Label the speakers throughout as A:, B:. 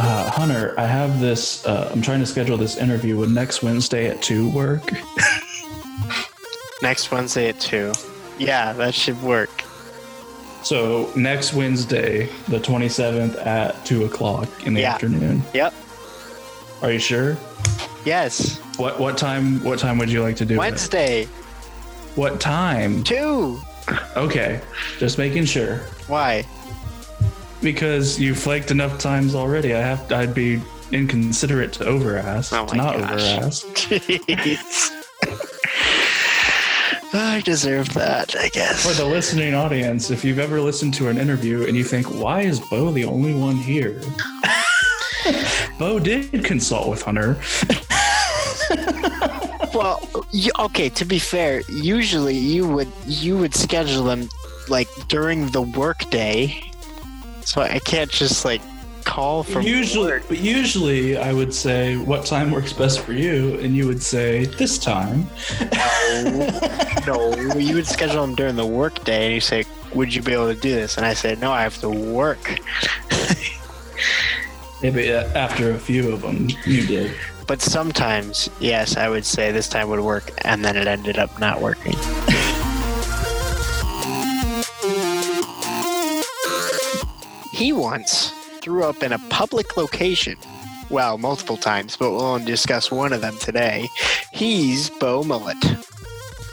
A: Uh, I have this. Uh, I'm trying to schedule this interview with next Wednesday at two work.
B: Next Wednesday at 2. Yeah, that should work.
A: So next Wednesday, the 27th at two o'clock in the
B: Yeah.
A: afternoon.
B: Yep.
A: Are you sure?
B: Yes.
A: What what time? What time would you like to do? it?
B: Wednesday,
A: What time?
B: 2.
A: Okay, just making sure
B: Why?
A: because you flaked enough times already. I have. I'd be inconsiderate to overask.
B: Oh my
A: to not
B: gosh.
A: overask.
B: Jeez. I deserve that, I guess.
A: For the listening audience, if you've ever listened to an interview and you think, why is Bo the only one here? Bo did consult with Hunter.
B: Well, you, okay. To be fair, usually you would you would schedule them like during the workday, so I can't just like call from
A: usually,
B: work.
A: but usually I would say, what time works best for you? And you would say, this time.
B: No, you would schedule them during the workday, and you say, "Would you be able to do this?" And I said, "No, I have to work."
A: Maybe uh, after a few of them, you did.
B: But sometimes, yes, I would say this time would work, and then it ended up not working. he once threw up in a public location. Well, multiple times, but we'll only discuss one of them today. He's Bo Mullet.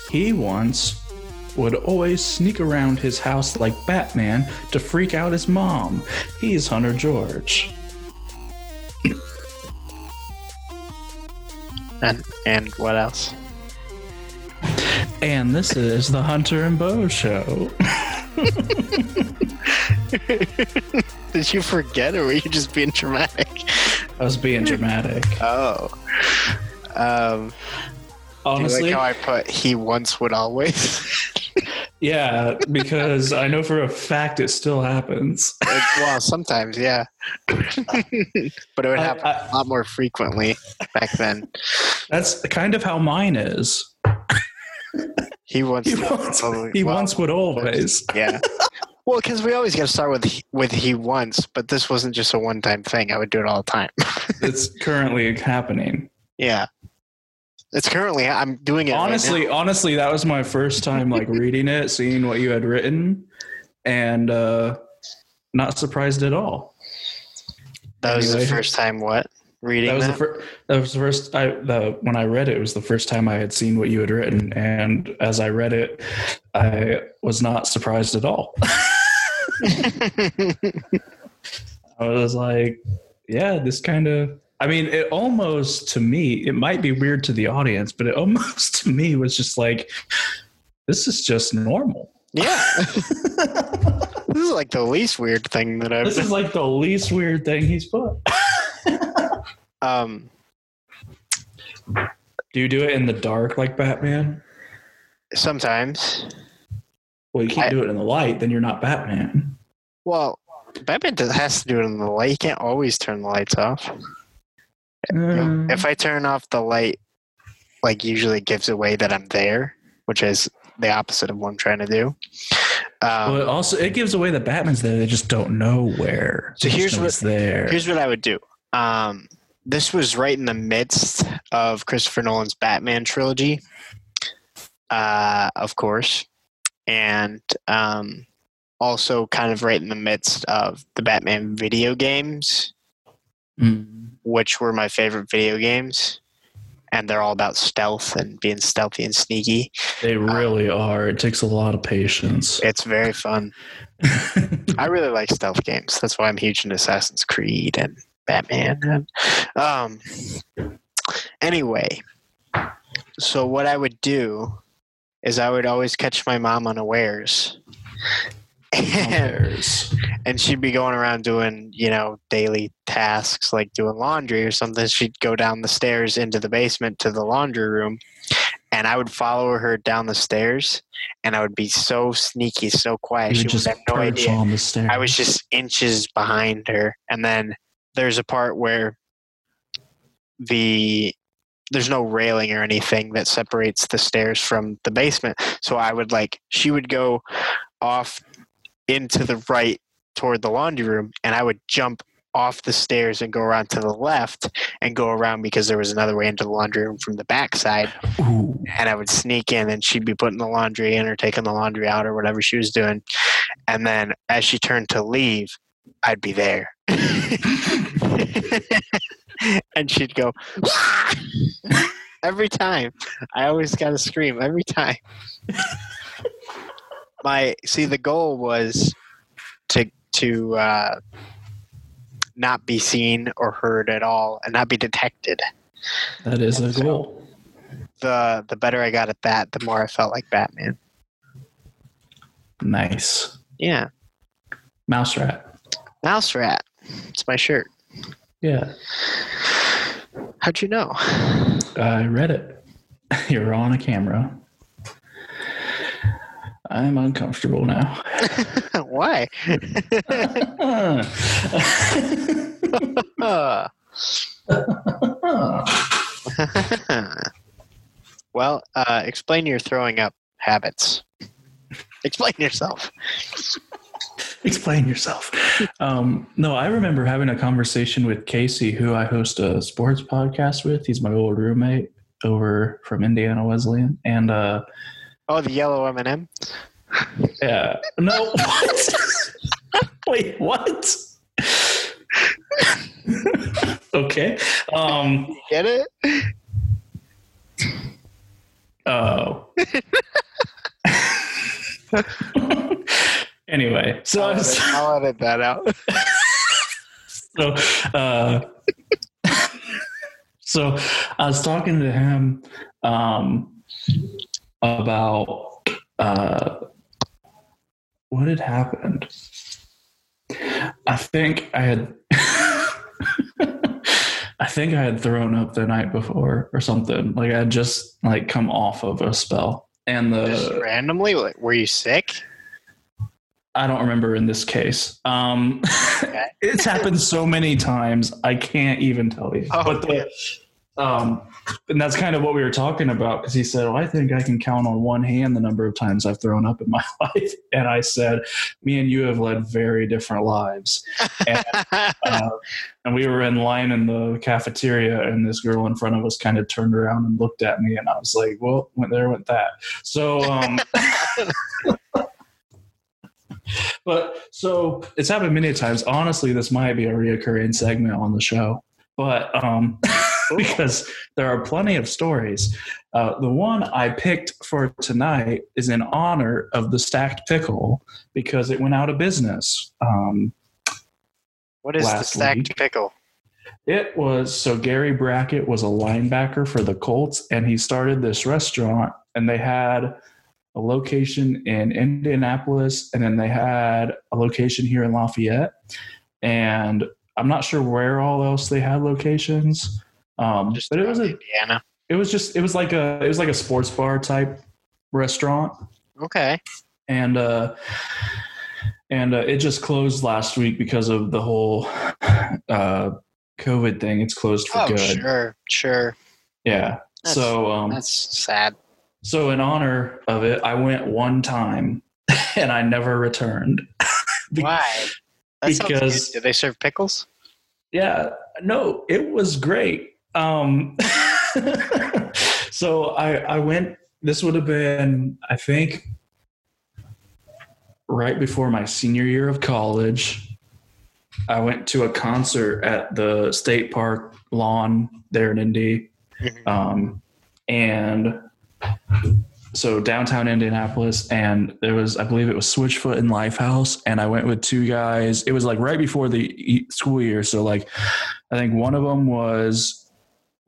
A: He once would always sneak around his house like Batman to freak out his mom. He's Hunter George.
B: And, and what else?
A: And this is the Hunter and Bo show.
B: Did you forget, or were you just being dramatic?
A: I was being dramatic.
B: Oh. Um, do you
A: Honestly,
B: like how I put he once would always?
A: yeah, because I know for a fact it still happens.
B: It, well, sometimes, yeah. but it would
A: I-
B: happen
A: I-
B: a lot more frequently back then.
A: That's kind of how mine is.
B: He once.
A: He once, he
B: well,
A: once would always.
B: Yeah. Well, because we always got to start with he- with he once, but this wasn't just a one time thing. I would do it all the time.
A: It's currently happening.
B: yeah. It's currently I'm doing it. right now.
A: Honestly, honestly, that was my first time like reading it, seeing what you had written, and uh, not surprised at all.
B: that was the
A: anyway.
B: first time. What reading
A: that was the
B: that?
A: first. That was the first. I the when I read it, it was the first time I had seen what you had written, and as I read it, I was not surprised at all. I was like, yeah, this kind of. I mean, it almost to me, it might be weird to the audience, but it almost to me was just like, this is just normal.
B: yeah. this is like the least weird thing that I've.
A: This is like the least weird thing he's put.
B: um.
A: Do you do it in the dark like Batman?
B: Sometimes.
A: Well, you can't
B: I-
A: do it in the light, then you're not Batman.
B: Well, Batman does- has to do it in the light. He can't always turn the lights off.
A: Uh,
B: If I turn off the light, like usually it gives away that I'm there, which is the opposite of what I'm trying to do. Um,
A: well, it also, it gives away that Batman's there. They just don't know where.
B: So
A: They just
B: here's
A: know
B: what-
A: he's there.
B: Here's what I would do. Um, this was right in the midst of Christopher Nolan's Batman trilogy, uh, of course, and um, also kind of right in the midst of the Batman video games,
A: Mm.
B: which were my favorite video games. And they're all about stealth and being stealthy and sneaky.
A: They really are. It takes a lot of patience.
B: It's very fun. I really like stealth games. That's why I'm huge into Assassin's Creed and Batman. and, um, anyway, so what I would do is I would always catch my mom unawares. And,
A: Compares.
B: and she'd be going around doing, you know, daily tasks like doing laundry or something. She'd go down the stairs into the basement to the laundry room. And I would follow her down the stairs, and I would be so sneaky, so quiet.
A: You
B: She
A: would
B: would
A: just
B: have no
A: perch
B: idea.
A: on the stairs.
B: I was just inches behind her. And then there's a part where the there's no railing or anything that separates the stairs from the basement. So I would like she would go off into the right toward the laundry room and I would jump off the stairs and go around to the left and go around because there was another way into the laundry room from the backside.
A: Ooh.
B: And I would sneak in and she'd be putting the laundry in or taking the laundry out or whatever she was doing. And then as she turned to leave, I'd be there. and she'd go, every time. I always got to scream every time. My see the goal was to to uh, not be seen or heard at all and not be detected.
A: That is a goal.
B: The the better I got at that, the more I felt like Batman.
A: Nice.
B: Yeah,
A: Mouse rat.
B: mouse rat. It's my shirt.
A: Yeah.
B: How'd you know?
A: I read it. You're on a camera. I'm uncomfortable now.
B: Why? Uh. well, uh, explain your throwing up habits. Explain yourself.
A: Explain yourself. Um, no, I remember having a conversation with Casey, who I host a sports podcast with. He's my old roommate over from Indiana Wesleyan, and uh,
B: Oh, the yellow M and m
A: Yeah. No. What? Wait. What? okay. Um.
B: Get it?
A: Oh. anyway, so I
B: I'll
A: was,
B: edit, I'll edit Oh, that out.
A: so uh, so I was talking to him um, about uh, what had happened. I think I had. I think I had thrown up the night before or something. Like I had just like come off of a spell, and
B: Just
A: the
B: randomly, like, were you sick?
A: I don't remember in this case. Um,
B: Okay.
A: it's happened so many times, I can't even tell you.
B: Oh,
A: but the, um, and that's kind of what we were talking about because he said, well, "I think I can count on one hand the number of times I've thrown up in my life," and I said, "Me and you have led very different lives." uh, and we were in line in the cafeteria, and this girl in front of us kind of turned around and looked at me, and I was like, "Well, went there went that." So, um, but so it's happened many times. Honestly, this might be a reoccurring segment on the show, but um, because there are plenty of stories. Uh, the one I picked for tonight is in honor of the stacked pickle because it went out of business. Um,
B: what is the
A: last
B: stacked
A: week.
B: pickle?
A: it was so Gary Brackett was a linebacker for the Colts, and he started this restaurant, and they had a location in Indianapolis, and then they had a location here in Lafayette, and I'm not sure where all else they had locations. Um,
B: Just
A: but it was
B: about
A: a,
B: Indiana.
A: it was just it was like a it was like a sports bar type restaurant,
B: Okay.
A: and uh, and uh, it just closed last week because of the whole uh, COVID thing. It's closed for
B: Oh,
A: good.
B: sure, sure.
A: Yeah.
B: That's-
A: so um,
B: That's sad.
A: so in honor of it, I went one time and I never returned. Be-
B: Why? That sounds
A: because-
B: good. do they serve pickles?
A: Yeah. No, it was great. Um, so I I went. This would have been I think right before my senior year of college. I went to a concert at the state park lawn there in Indy. um, and so downtown Indianapolis, and there was I believe it was Switchfoot and Lifehouse, and I went with two guys. It was like right before the e- school year, so like I think one of them was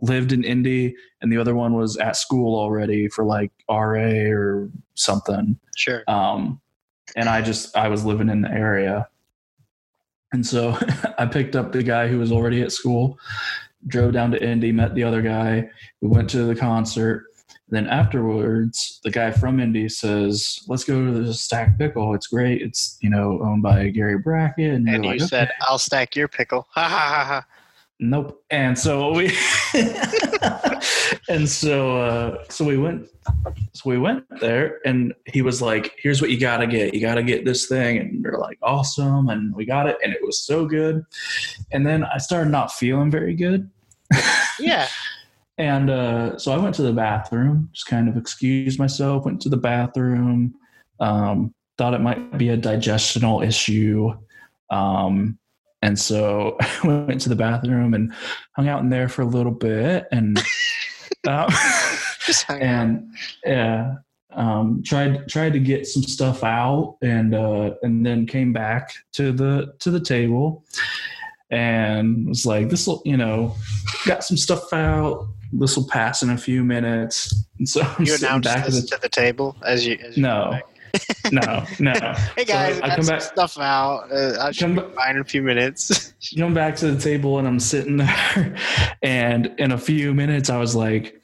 A: lived in Indy, and the other one was at school already for like RA or something
B: Sure.
A: um, and I just I was living in the area, and so I picked up the guy who was already at school, drove down to Indy, met the other guy, we went to the concert. Then afterwards, the guy from Indy says, "Let's go to the Stack Pickle. It's great. It's you know owned by Gary Brackett." And,
B: And
A: we're
B: you
A: like,
B: said, "I'll stack your pickle." Ha ha ha ha.
A: Nope. And so we and so uh, so we went so we went there and he was like here's what you gotta get you gotta get this thing and we are like awesome and we got it and it was so good and then i started not feeling very good
B: yeah
A: and uh, so i went to the bathroom just kind of excused myself went to the bathroom um, thought it might be a digestional issue um, and so I went to the bathroom and hung out in there for a little bit and uh, and yeah, um, tried tried to get some stuff out and uh, and then came back to the to the table and was like, this will you know, got some stuff out. This will pass in a few minutes. And so I'm
B: you announced
A: back
B: this to the, table as you. As you
A: no.
B: came back?
A: no, no.
B: Hey guys,
A: so
B: I
A: I come
B: some
A: back,
B: stuff out. Uh, I'll
A: Come
B: come
A: ba-
B: in a few minutes.
A: come back to the table, and I'm sitting there. And in a few minutes, I was like,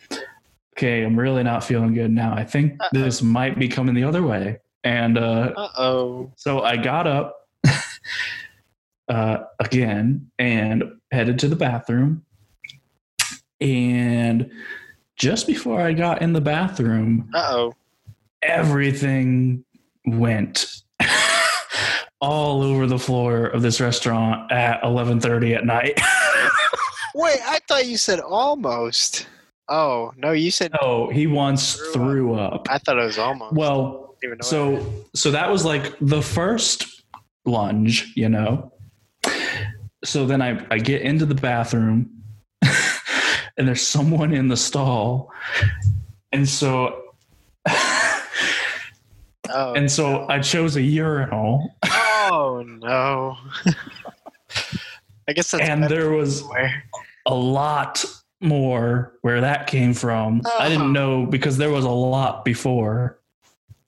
A: "Okay, I'm really not feeling good now. I think
B: Uh-oh.
A: this might be coming the other way." And uh,
B: Uh oh.
A: so I got up uh, again and headed to the bathroom. And just before I got in the bathroom,
B: Uh oh.
A: everything went all over the floor of this restaurant at 11:30 at night.
B: Wait, I thought you said almost. Oh no, you said
A: oh, he once
B: Threw up.
A: threw up.
B: I thought it was almost.
A: Well,
B: I didn't even know it.
A: so so that was like the first lunge, you know. So then I I get into the bathroom and there's someone in the stall. And so
B: oh,
A: and so I chose a urinal
B: oh no. I guess that's
A: and there was
B: where.
A: a lot more where that came from. I
B: Oh.
A: didn't know because there was a lot before,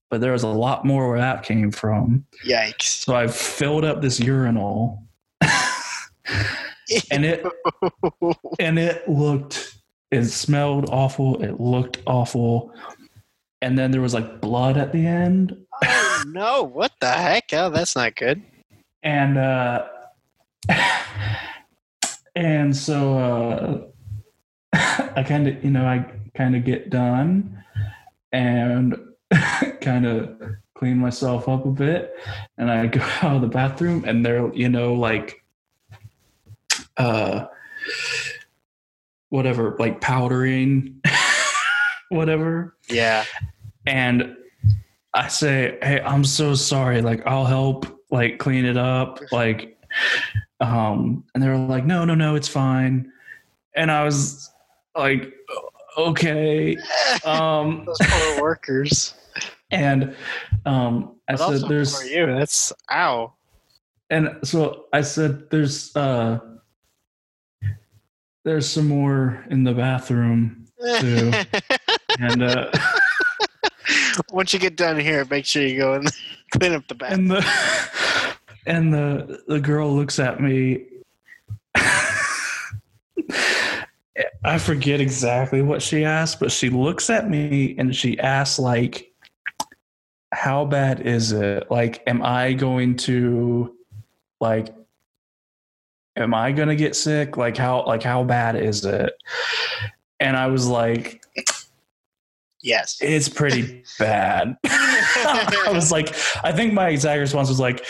A: but there was a lot more where that came from.
B: Yikes!
A: So I filled up this urinal and it and it looked it smelled awful, it looked awful. And then there was like blood at the end
B: oh no! What the heck? Oh, that's not good.
A: and uh and so uh i kind of you know i kind of get done and kind of clean myself up a bit and i go out of the bathroom and there you know like uh whatever like powdering whatever
B: Yeah.
A: and I say, "Hey, I'm so sorry. Like, I'll help, like, clean it up." Like, um, and they were like, "No, no, no, it's fine." And I was like, "Okay." Um,
B: Those poor workers.
A: and um, I
B: But
A: said,
B: also
A: "There's,"
B: for you. That's ow.
A: and so I said, "There's, uh, there's some more in the bathroom too." and uh,
B: Once you get done here, make sure you go and clean up the bathroom.
A: and the and the the girl looks at me i forget exactly what she asked but she looks at me and she asks like how bad is it like am i going to like am i going to get sick like how like how bad is it and i was like
B: Yes.
A: it's pretty bad. I was like, I think my exact response was like,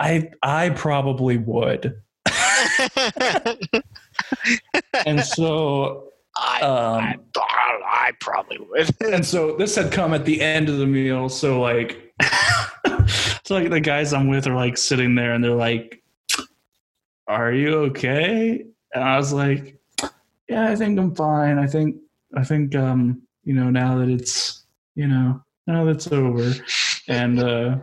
A: I I probably would.
B: I,
A: And so
B: I,
A: um,
B: I probably would.
A: and so this had come at the end of the meal, so like so like the guys I'm with are like sitting there and they're like, Are you okay? And I was like, Yeah, I think I'm fine. I think I think um, you know, now that it's you know, now that's over. and uh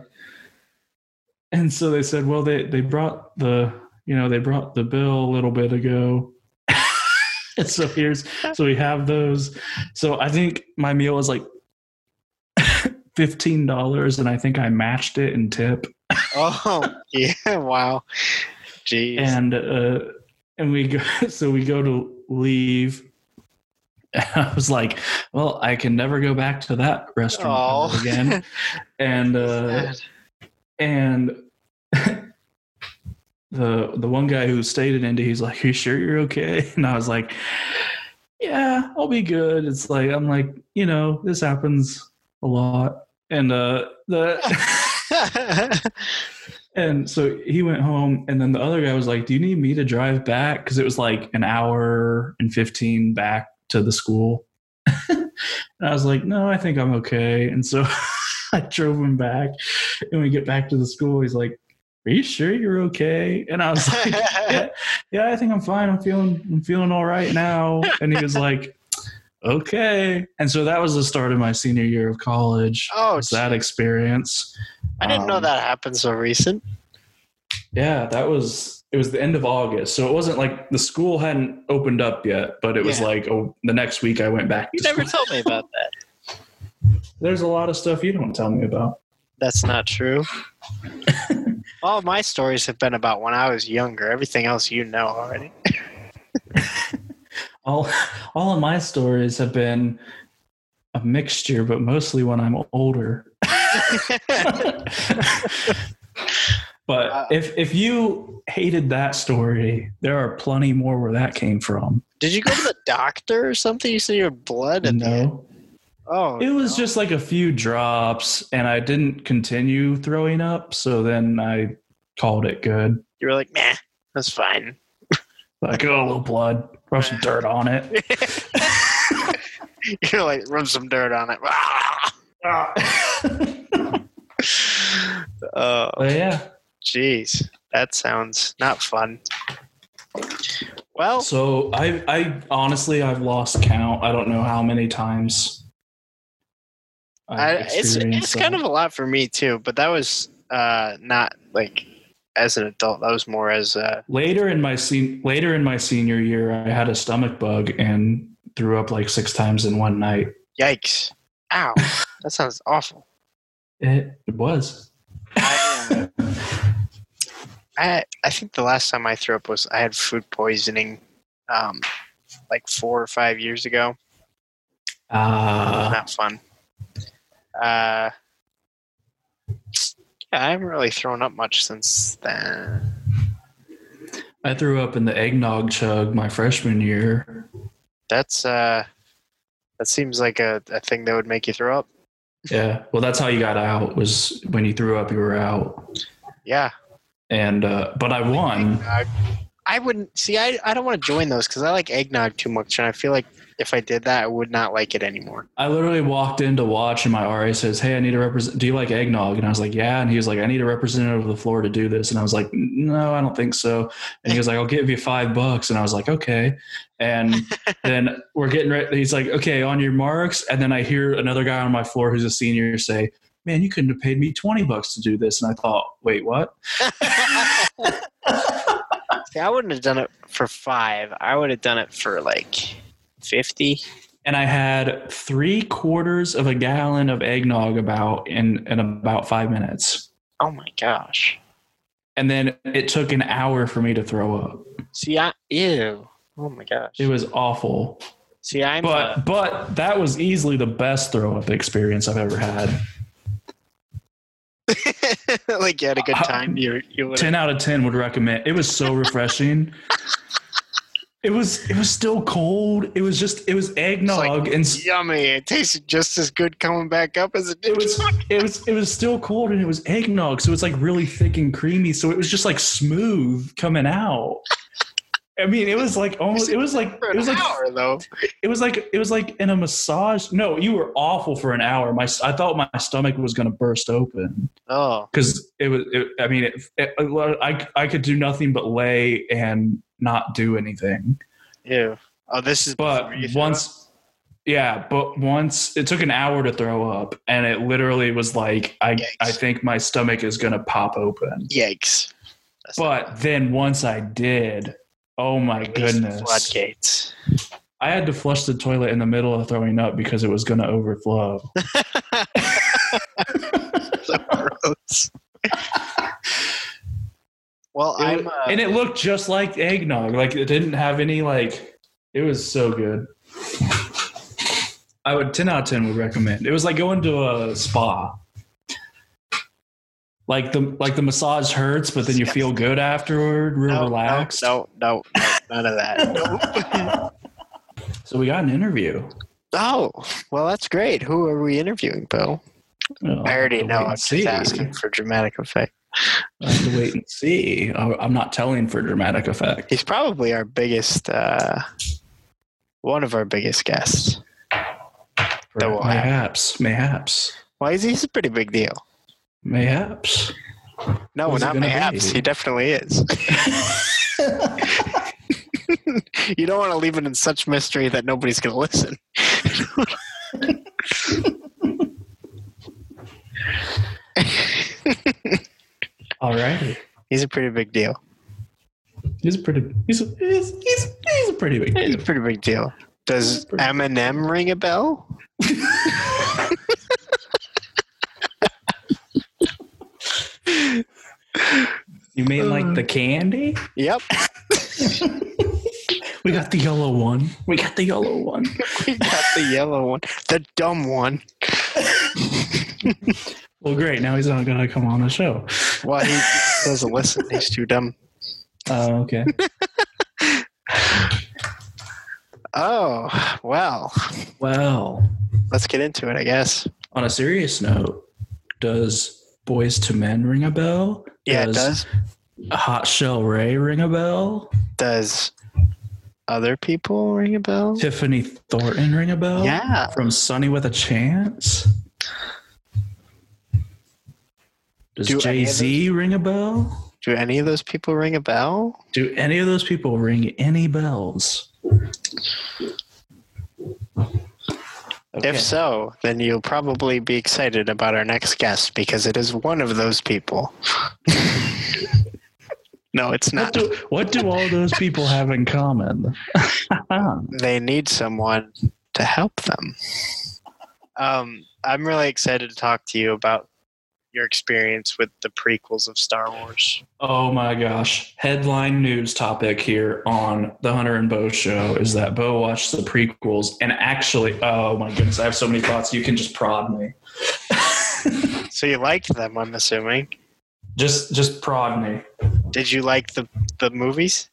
A: and so they said well they they brought the you know they brought the bill a little bit ago And so here's so we have those so i think my meal was like $15 and i think i matched it in tip
B: Oh yeah! Wow. Jeez.
A: and uh and we go so we go to leave i was like well i can never go back to that restaurant
B: Oh.
A: ever again and uh
B: Sad.
A: and the the one guy who stayed in Indy, he's like, "You sure you're okay?" And I was like, yeah, I'll be good. It's like I'm like, you know, this happens a lot. And uh the and so he went home and then the other guy was like, Do you need me to drive back? Because it was like an hour and fifteen back to the school. and I was like, No, I think I'm okay. And so I drove him back and we get back to the school, he's like, are you sure you're okay? And I was like, yeah, yeah, I think I'm fine. I'm feeling, I'm feeling all right now. And he was like, okay. And so that was the start of my senior year of college.
B: Oh,
A: It's that experience.
B: I didn't know
A: Um,
B: that happened so recent.
A: Yeah, that was, it was the end of August. So it wasn't like the school hadn't opened up yet, but it was
B: Yeah.
A: like, oh, the next week I went back.
B: You
A: to
B: never
A: school.
B: told me about that.
A: There's a lot of stuff you don't tell me about.
B: That's not true. All my stories have been about when I was younger. Everything else you know already.
A: All, all of my stories have been a mixture, but mostly when I'm older.
B: Wow.
A: but if if you hated that story, there are plenty more where that came from.
B: Did you go to the doctor or something? You said you had blood in there.
A: No,
B: Oh,
A: it was
B: no.
A: just like a few drops, and I didn't continue throwing up. So then I called it good.
B: you were like, meh, that's fine.
A: Like oh, a little blood, rub some dirt on it.
B: You're like, rub some dirt on it. oh,
A: But yeah,
B: jeez, that sounds not fun. Well,
A: so I I honestly I've lost count. I don't know how many times. I've
B: I, it's
A: experienced
B: it's
A: that.
B: kind of a lot for me too, but that was uh, not like as an adult. That was more as uh,
A: later in my sen- later in my senior year i had a stomach bug and threw up like six times in one night
B: yikes, ow, that sounds awful.
A: it, it was
B: I, uh, I I think the last time I threw up was I had food poisoning, um, like four or five years ago.
A: uh,
B: not fun. Uh, yeah, I haven't really thrown up much since then.
A: i threw up in the eggnog chug my freshman year
B: That's uh, that seems like a, a thing that would make you throw up.
A: yeah well that's how you got out was when you threw up you were out
B: Yeah,
A: and uh, but i won
B: eggnog. I wouldn't see. I I don't want to join those because I like eggnog too much, and I feel like if I did that, I would not like it anymore.
A: i literally walked in to watch and my ra says hey i need a represent do you like eggnog and i was like yeah and he was like i need a representative of the floor to do this and i was like no i don't think so and he was like i'll give you five bucks and i was like okay and then we're getting ready. He's like, okay, on your marks. And then I hear another guy on my floor who's a senior say, man, you couldn't have paid me 20 bucks to do this. And I thought, wait, what?
B: See, I wouldn't have done it for five. I would have done it for like fifty.
A: And I had three quarters of a gallon of eggnog about in, in about five minutes.
B: Oh my gosh.
A: And then it took an hour for me to throw up.
B: See, I ew. Oh my gosh.
A: It was awful.
B: See, I'm. uh,
A: But but that was easily the best throw up experience I've ever had.
B: uh, like you had a
A: Uh,
B: good time. You you would
A: 10 out of 10 would recommend it was so refreshing it was it was still cold it was just it was eggnog and s-
B: yummy. It tasted just as good coming back up as it
A: it
B: did.
A: was it was it was still cold and it was eggnog so it's like really thick and creamy so it was just like smooth coming out i mean it was like almost it was like
B: for
A: it
B: an
A: was like
B: hour though.
A: it was like it was like in a massage no you were awful for an hour my s- i thought my stomach was going to burst open
B: Oh,
A: because it was it, i mean it, it, I, I could do nothing but lay and not do anything
B: ew. Oh, this is
A: but
B: before you throw up?
A: once yeah but once it took an hour to throw up and it literally was like i
B: Yikes.
A: i think my stomach is gonna pop open
B: Yikes! That's
A: but then once i did oh my
B: not- release the
A: goodness
B: Floodgates.
A: i had to flush the toilet in the middle of throwing up because it was gonna overflow
B: So gross. well,
A: It
B: I'm.
A: wa-
B: Uh,
A: and it looked just like eggnog. Like it didn't have any like. It was so good. I would ten out of ten would recommend. It was like going to a spa. Like the like the massage hurts, but then you feel good afterward, real
B: no, no,
A: relaxed.
B: No, no, no, none of that. Nope.
A: So we got an interview.
B: Oh, well, that's great. Who are we interviewing, Bill?
A: Well,
B: I already
A: I'll
B: know.
A: wait and
B: I'm just
A: Oh, see.
B: asking for dramatic effect.
A: I have to wait and see. I- I'm not telling for dramatic effect.
B: He's probably our biggest, uh, one of our biggest guests. That will happen.
A: Mayhaps, mayhaps,
B: Why is he? He's a pretty big deal.
A: mayhaps.
B: No,
A: Who's it
B: not
A: gonna
B: perhaps.
A: be?
B: He definitely is. you don't want to leave it in such mystery that nobody's going to listen.
A: All right.
B: He's a pretty big deal.
A: He's a pretty. He's a, he's, he's, he's a pretty big.
B: He's a
A: dude.
B: pretty big deal. Does Eminem ring a bell?
A: You mean like the candy?
B: Yep.
A: We got the yellow one. We got the yellow one.
B: We got the yellow one, the dumb one.
A: Well, great. Now he's not gonna come on the show.
B: Well, he doesn't listen. He's too dumb.
A: Oh, okay.
B: Oh, well,
A: Well,
B: let's get into it, I guess.
A: on a serious note, does Boys to Men ring a bell?
B: Yeah, it does.
A: Hot Shell Ray ring a bell?
B: Does other people ring a bell?
A: Tiffany Thornton ring a bell?
B: Yeah.
A: From Sunny with a Chance? Does
B: Do any of
A: Jay Z ring a bell?
B: Do any of those people ring a bell?
A: Do any of those people ring any bells? Okay.
B: If so, then you'll probably be excited about our next guest because it is one of those people. no, it's
A: what
B: not.
A: do, what do all those people have in common?
B: They need someone to help them. Um, I'm really excited to talk to you about your experience with the prequels of Star Wars.
A: Oh my gosh. Headline news topic here on the Hunter and Bo show is that Bo watched the prequels and actually, oh my goodness, I have so many thoughts. You can just prod me.
B: So you liked them, I'm assuming.
A: Just just prod me.
B: Did you like the the movies?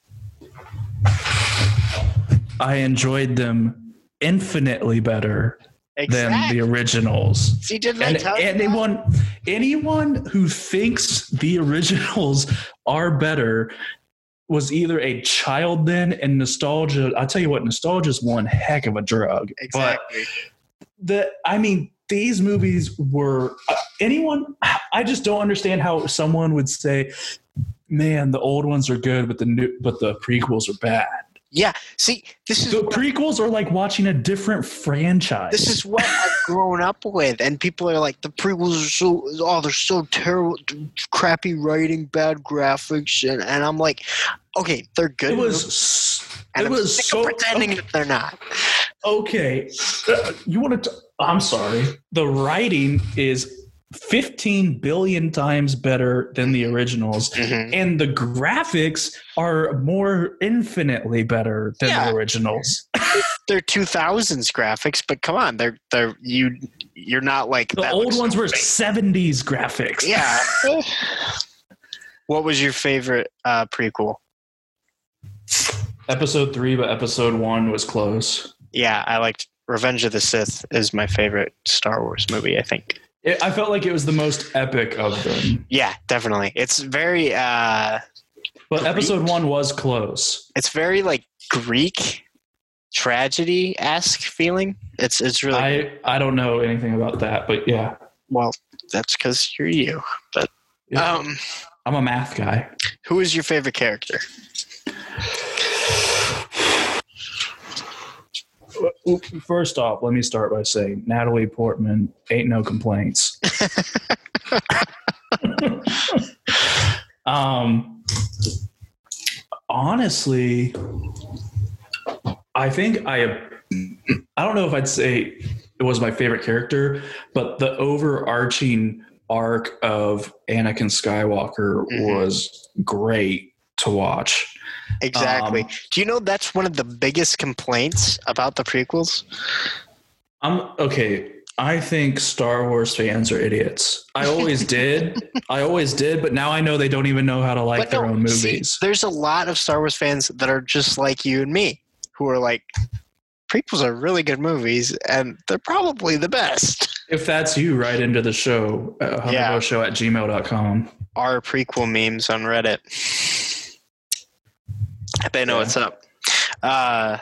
A: I enjoyed them infinitely better than
B: Exactly.
A: the originals.
B: See, didn't I
A: And
B: tell you? that?
A: anyone anyone who thinks the originals are better was either a child then and nostalgia. I tell you what, nostalgia's one heck of a drug. But
B: Exactly.
A: the I mean, these movies were uh, anyone. I just don't understand how someone would say, "Man, the old ones are good, but the new, but the prequels are bad."
B: See, this is
A: The prequels are like watching a different franchise.
B: this is what I've grown up with, and people are like, the prequels are so oh, they're so terrible, crappy writing, bad graphics, and, and I'm like, okay, they're good.
A: it was.
B: movies,
A: s-
B: and
A: It
B: I'm
A: was
B: sick
A: so
B: of pretending that they're not.
A: okay. Uh, You want to? I'm sorry. The writing is 15 billion times better than the originals. And the graphics are more infinitely better than
B: Yeah.
A: the originals.
B: They're two thousands graphics, but come on, they're they're you you're not like
A: The
B: that
A: old
B: looks
A: ones
B: so
A: were
B: fake.
A: 70s graphics.
B: yeah. what was your favorite uh, prequel?
A: Episode three, but episode one was close.
B: Yeah, I liked Revenge of the Sith is my favorite Star Wars movie. I think.
A: It, I felt like it was the most epic of them.
B: Yeah, definitely. It's very uh
A: But episode one was close.
B: it's very like Greek tragedy esque feeling. It's it's really
A: I, I don't know anything about that, but yeah.
B: well, that's because you're you. But
A: Yeah.
B: um
A: I'm a math guy.
B: who is your favorite character?
A: First off, let me start by saying Natalie Portman ain't no complaints. um, honestly, I think I, I don't know if I'd say it was my favorite character, but the overarching arc of Anakin Skywalker
B: Mhm.
A: was great to watch.
B: Exactly.
A: Um,
B: Do you know that's one of the biggest complaints about the prequels?
A: I'm okay. I think Star Wars fans are idiots. I always did. I always did, but now I know they don't even know how to like
B: But
A: their
B: no,
A: own
B: see,
A: movies.
B: there's a lot of Star Wars fans that are just like you and me, who are like, prequels are really good movies, and they're probably the best.
A: If that's you, write into the show, uh,
B: Yeah.
A: yeah. show at gmail.com.
B: Our prequel memes on Reddit. They know
A: Yeah.
B: what's up. Uh,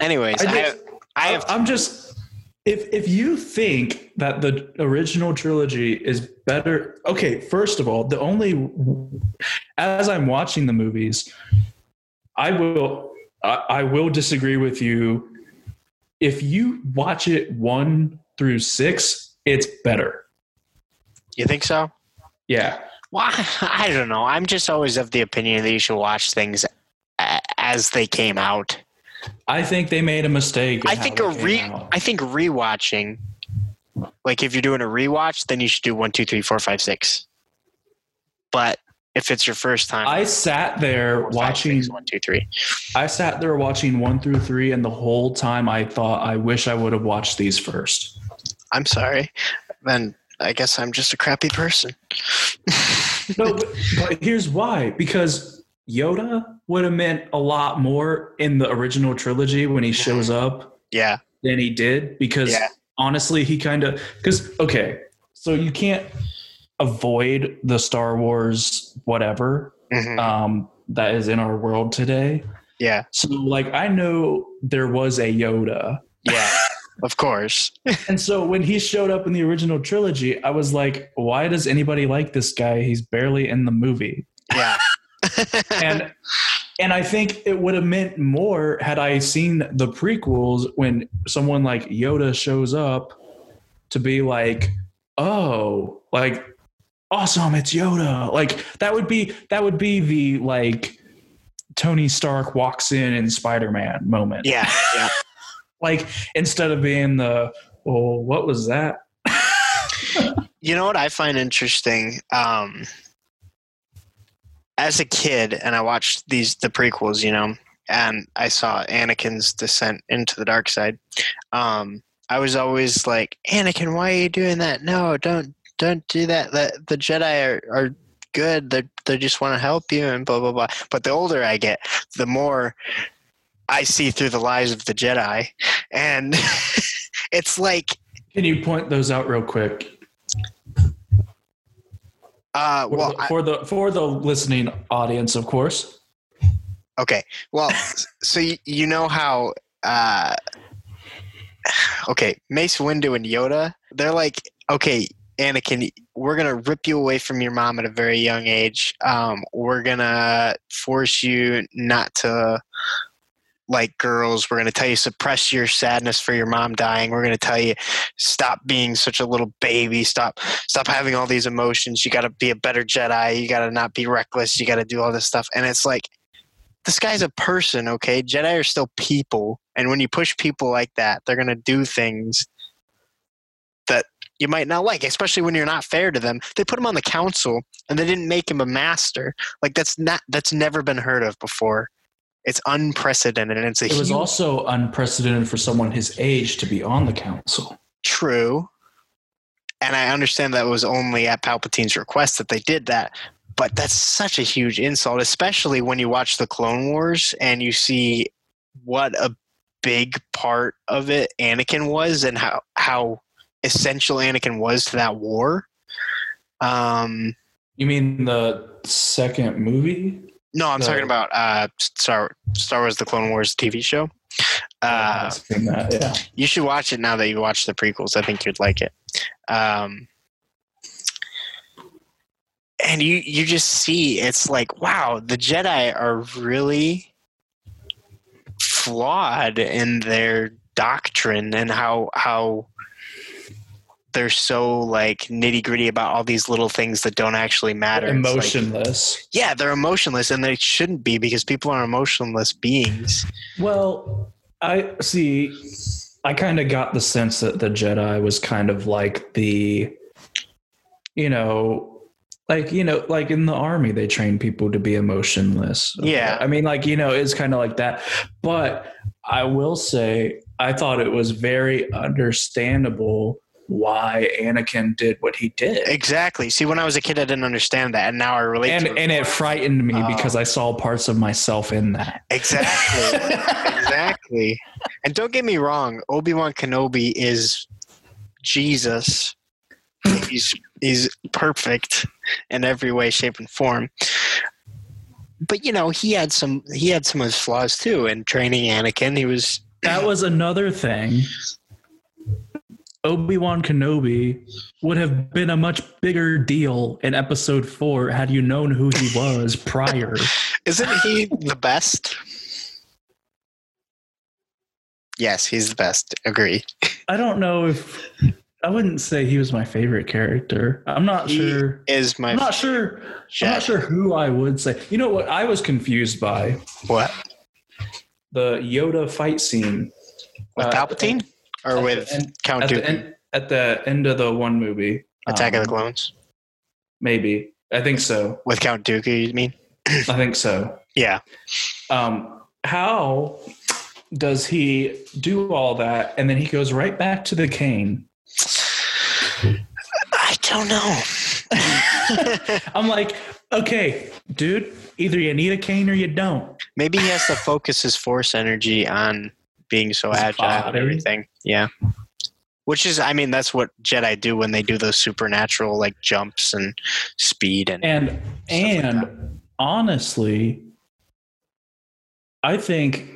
B: anyways, I,
A: I just-
B: I have
A: I'm just if if you think that the original trilogy is better, okay. First of all, the only as I'm watching the movies, I will I, I will disagree with you. If you watch it one through six, it's better.
B: You think so?
A: Yeah,
B: Well, I don't know. I'm just always of the opinion that you should watch things a- as they came out.
A: I think they made a mistake. in
B: I
A: how
B: think
A: they
B: a
A: came
B: re
A: out.
B: I think rewatching like if you're doing a rewatch, then you should do one, two, three, four, five, six. But if it's your first time
A: I sat there
B: four, five,
A: watching
B: six, one, two, three.
A: I sat there watching one through three, and the whole time I thought, I wish I would have watched these first.
B: I'm sorry. Then I guess I'm just a crappy person.
A: No, but, but here's why because Yoda would have meant a lot more in the original trilogy when he shows up
B: yeah.
A: than he did because
B: Yeah.
A: honestly, he kind of. Because, okay, so you can't avoid the Star Wars whatever
B: Mhm.
A: um, that is in our world today.
B: yeah.
A: So, like, I know there was a Yoda.
B: Yeah. of course.
A: And so when he showed up in the original trilogy, I was like, why does anybody like this guy? He's barely in the movie.
B: Yeah.
A: And and I think it would have meant more had I seen the prequels when someone like Yoda shows up to be like, "Oh, like awesome, it's Yoda." Like that would be that would be the like Tony Stark walks in in Spider-Man moment.
B: yeah. Yeah.
A: Like instead of being the, "Oh, what was that?"
B: You know what I find interesting? Um, as a kid, and I watched these the prequels, you know, and I saw Anakin's descent into the dark side. Um, I was always like, Anakin, why are you doing that? No, don't don't do that. The, the Jedi are, are good. They they just want to help you and blah blah blah. But the older I get, the more I see through the lies of the Jedi, and it's like
A: Can you point those out real quick
B: uh,
A: for,
B: well,
A: the,
B: I-
A: for the for the listening audience, of course?
B: Okay. Well, s- so you, you know how uh okay, Mace Windu and Yoda, they're like, okay, Anakin, we're going to rip you away from your mom at a very young age. Um we're going to force you not to like girls, we're going to tell you suppress your sadness for your mom dying. We're going to tell you stop being such a little baby. Stop stop having all these emotions. You got to be a better Jedi. You got to not be reckless. You got to do all this stuff. And it's like this guy's a person, okay? Jedi are still people, and when you push people like that, they're gonna do things that you might not like, especially when you're not fair to them. They put him on the council, and they didn't make him a master. Like that's not that's never been heard of before. It's unprecedented, and it's a
A: It was
B: huge-
A: also unprecedented for someone his age to be on the council.
B: True. And I understand that was only at Palpatine's request that they did that, but that's such a huge insult, especially when you watch the Clone Wars and you see what a big part of it Anakin was and how how essential Anakin was to that war. Um
A: You mean the second movie?
B: no, I'm
A: No.
B: talking about uh Star Star Wars the Clone Wars TV show. Uh
A: I've seen that, yeah.
B: You should watch it now that you watched the prequels. I think you'd like it. Um, and you you just see it's like wow, the Jedi are really flawed in their doctrine and how how they're so like nitty gritty about all these little things that don't actually matter. It's like-
A: Emotionless.
B: yeah, they're emotionless, and they shouldn't be because people are emotionless beings.
A: Well, I see. I kind of got the sense that the Jedi was kind of like the, you know, like you know, like in the army they train people to be emotionless.
B: Yeah.
A: I mean, like you know, it's kind of like that. But I will say, I thought it was very understandable why Anakin did what he did.
B: Exactly. See, when I was a kid, I didn't understand that, and now I relate.
A: And
B: to it.
A: and it frightened me
B: Oh.
A: because I saw parts of myself in that.
B: exactly, exactly. And don't get me wrong, Obi Wan Kenobi is Jesus. he's he's perfect in every way, shape, and form. But you know, he had some he had some of his flaws too. In training Anakin, he was
A: that was another thing. Obi Wan Kenobi would have been a much bigger deal in episode four had you known who he was prior.
B: Isn't he the best? Yes, he's the best. Agree.
A: I don't know if I wouldn't say he was my favorite character. I'm not
B: He-
A: sure.
B: Is my
A: I'm not sure. I'm
B: Jack-
A: not sure who I would say. You know what I was confused by
B: what
A: the Yoda fight scene
B: with
A: Uh,
B: Palpatine or
A: at
B: with
A: the end,
B: Count
A: at
B: Dooku?
A: the end at the end of the one movie
B: Attack of the
A: Um,
B: Clones
A: Maybe I think so.
B: with Count Dooku. You mean?
A: I think so.
B: Yeah,
A: um, how does he do all that and then he goes right back to the cane
B: I don't know.
A: i'm like okay dude either you need a cane or you don't
B: Maybe he has to focus his force energy on being so
A: His
B: agile and
A: body.
B: everything. Yeah. Which is, I mean, that's what Jedi do when they do those supernatural like jumps and speed and
A: and
B: like
A: and
B: that.
A: honestly i think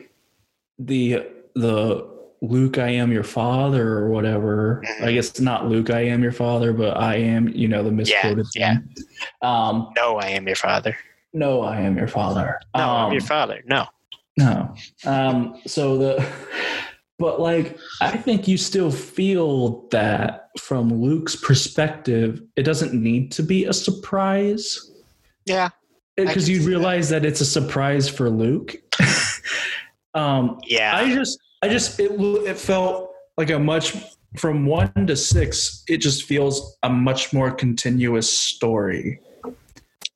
A: the the luke i am your father or whatever
B: Mhm.
A: i guess not luke i am your father but i am you know the misquoted
B: yeah.
A: thing. um
B: No, I am your father.
A: no i am your father
B: No,
A: Um,
B: I'm your father. No.
A: No. Um, so the, but like, I think you still feel that from Luke's perspective, it doesn't need to be a surprise
B: Yeah. I
A: because
B: can
A: you
B: see that.
A: realize that. it's a surprise for Luke. um,
B: Yeah.
A: I just, I just, it, l- it felt like a much, from one to six, it just feels a much more continuous story.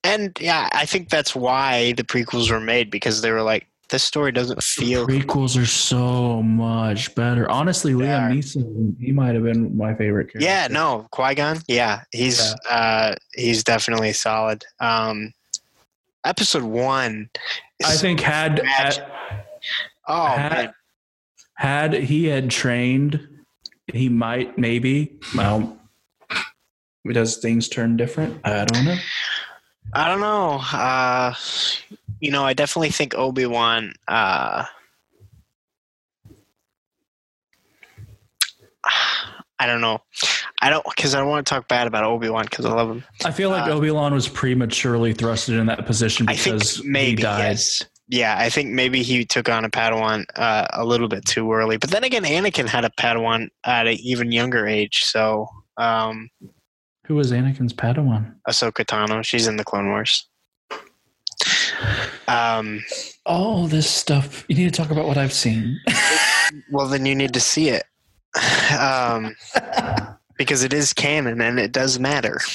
B: and yeah, I think that's why the prequels were made because they were like, this story doesn't feel.
A: prequels are so much better. Honestly,
B: They are.
A: Liam Neeson, he might have been my favorite character.
B: Yeah, no, Qui Gon. Yeah, he's uh, he's definitely solid. Um, episode one. Is,
A: I think had
B: Match.
A: had,
B: Oh
A: had
B: man,
A: had he had trained, he might maybe. Well, does things turn different? I don't know.
B: I don't know. Uh, you know, I definitely think Obi Wan. Uh, I don't know. I don't because I don't want to talk bad about Obi Wan because I love him.
A: I feel like
B: Uh,
A: Obi Wan was prematurely thrusted in that position
B: I think
A: because he
B: maybe,
A: died.
B: yes. Yeah, I think maybe he took on a Padawan uh, a little bit too early. But then again, Anakin had a Padawan at an even younger age. So um,
A: Who was Anakin's Padawan?
B: Ahsoka Tano, she's in the Clone Wars. Um,
A: All this stuff. You need to talk about what I've seen.
B: well, then you need to see it um, because it is canon and it does matter.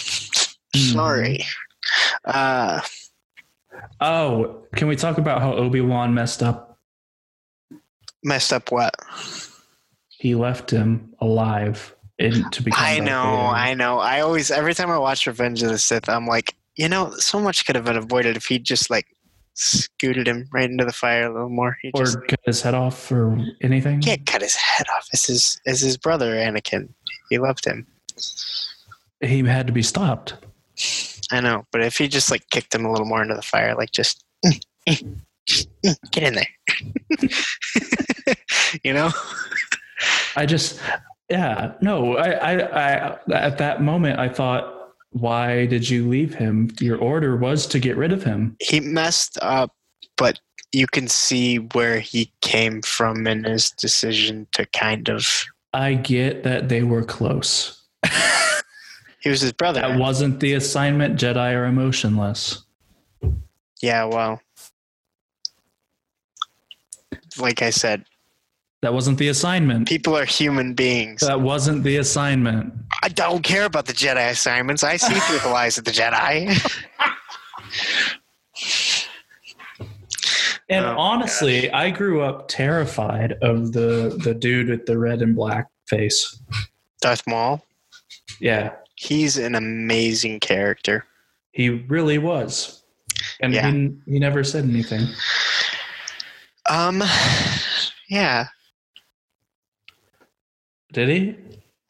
A: Mm-hmm.
B: Sorry. Uh,
A: Oh, can we talk about how Obi Wan messed up?
B: messed up what?
A: He left him alive in, to become.
B: I
A: Darth
B: know,
A: Vader.
B: I know. I always, every time I watch Revenge of the Sith, I'm like, you know, so much could have been avoided if he just like scooted him right into the fire a little more. He
A: Or
B: just
A: cut his head off or anything.
B: he can't cut his head off. It's his, it's his brother Anakin. He loved him.
A: He had to be stopped.
B: I know, but if he just like kicked him a little more into the fire, like just get in there, you know?
A: I just, yeah, no, I, I, I, at that moment, I thought, why did you leave him? Your order was to get rid of him.
B: he messed up, but you can see where he came from in his decision to kind of.
A: I get that they were close.
B: He was his brother.
A: That wasn't the assignment. Jedi are emotionless.
B: Yeah, well, like I said,
A: That wasn't the assignment.
B: people are human beings.
A: That wasn't the assignment.
B: I don't care about the Jedi assignments. I see through the lies of the Jedi.
A: And
B: Oh,
A: honestly, I grew up terrified of the the dude with the red and black face.
B: Darth Maul.
A: Yeah,
B: He's an amazing character.
A: he really was. And
B: Yeah.
A: he, he never said anything.
B: Um, yeah.
A: Did he?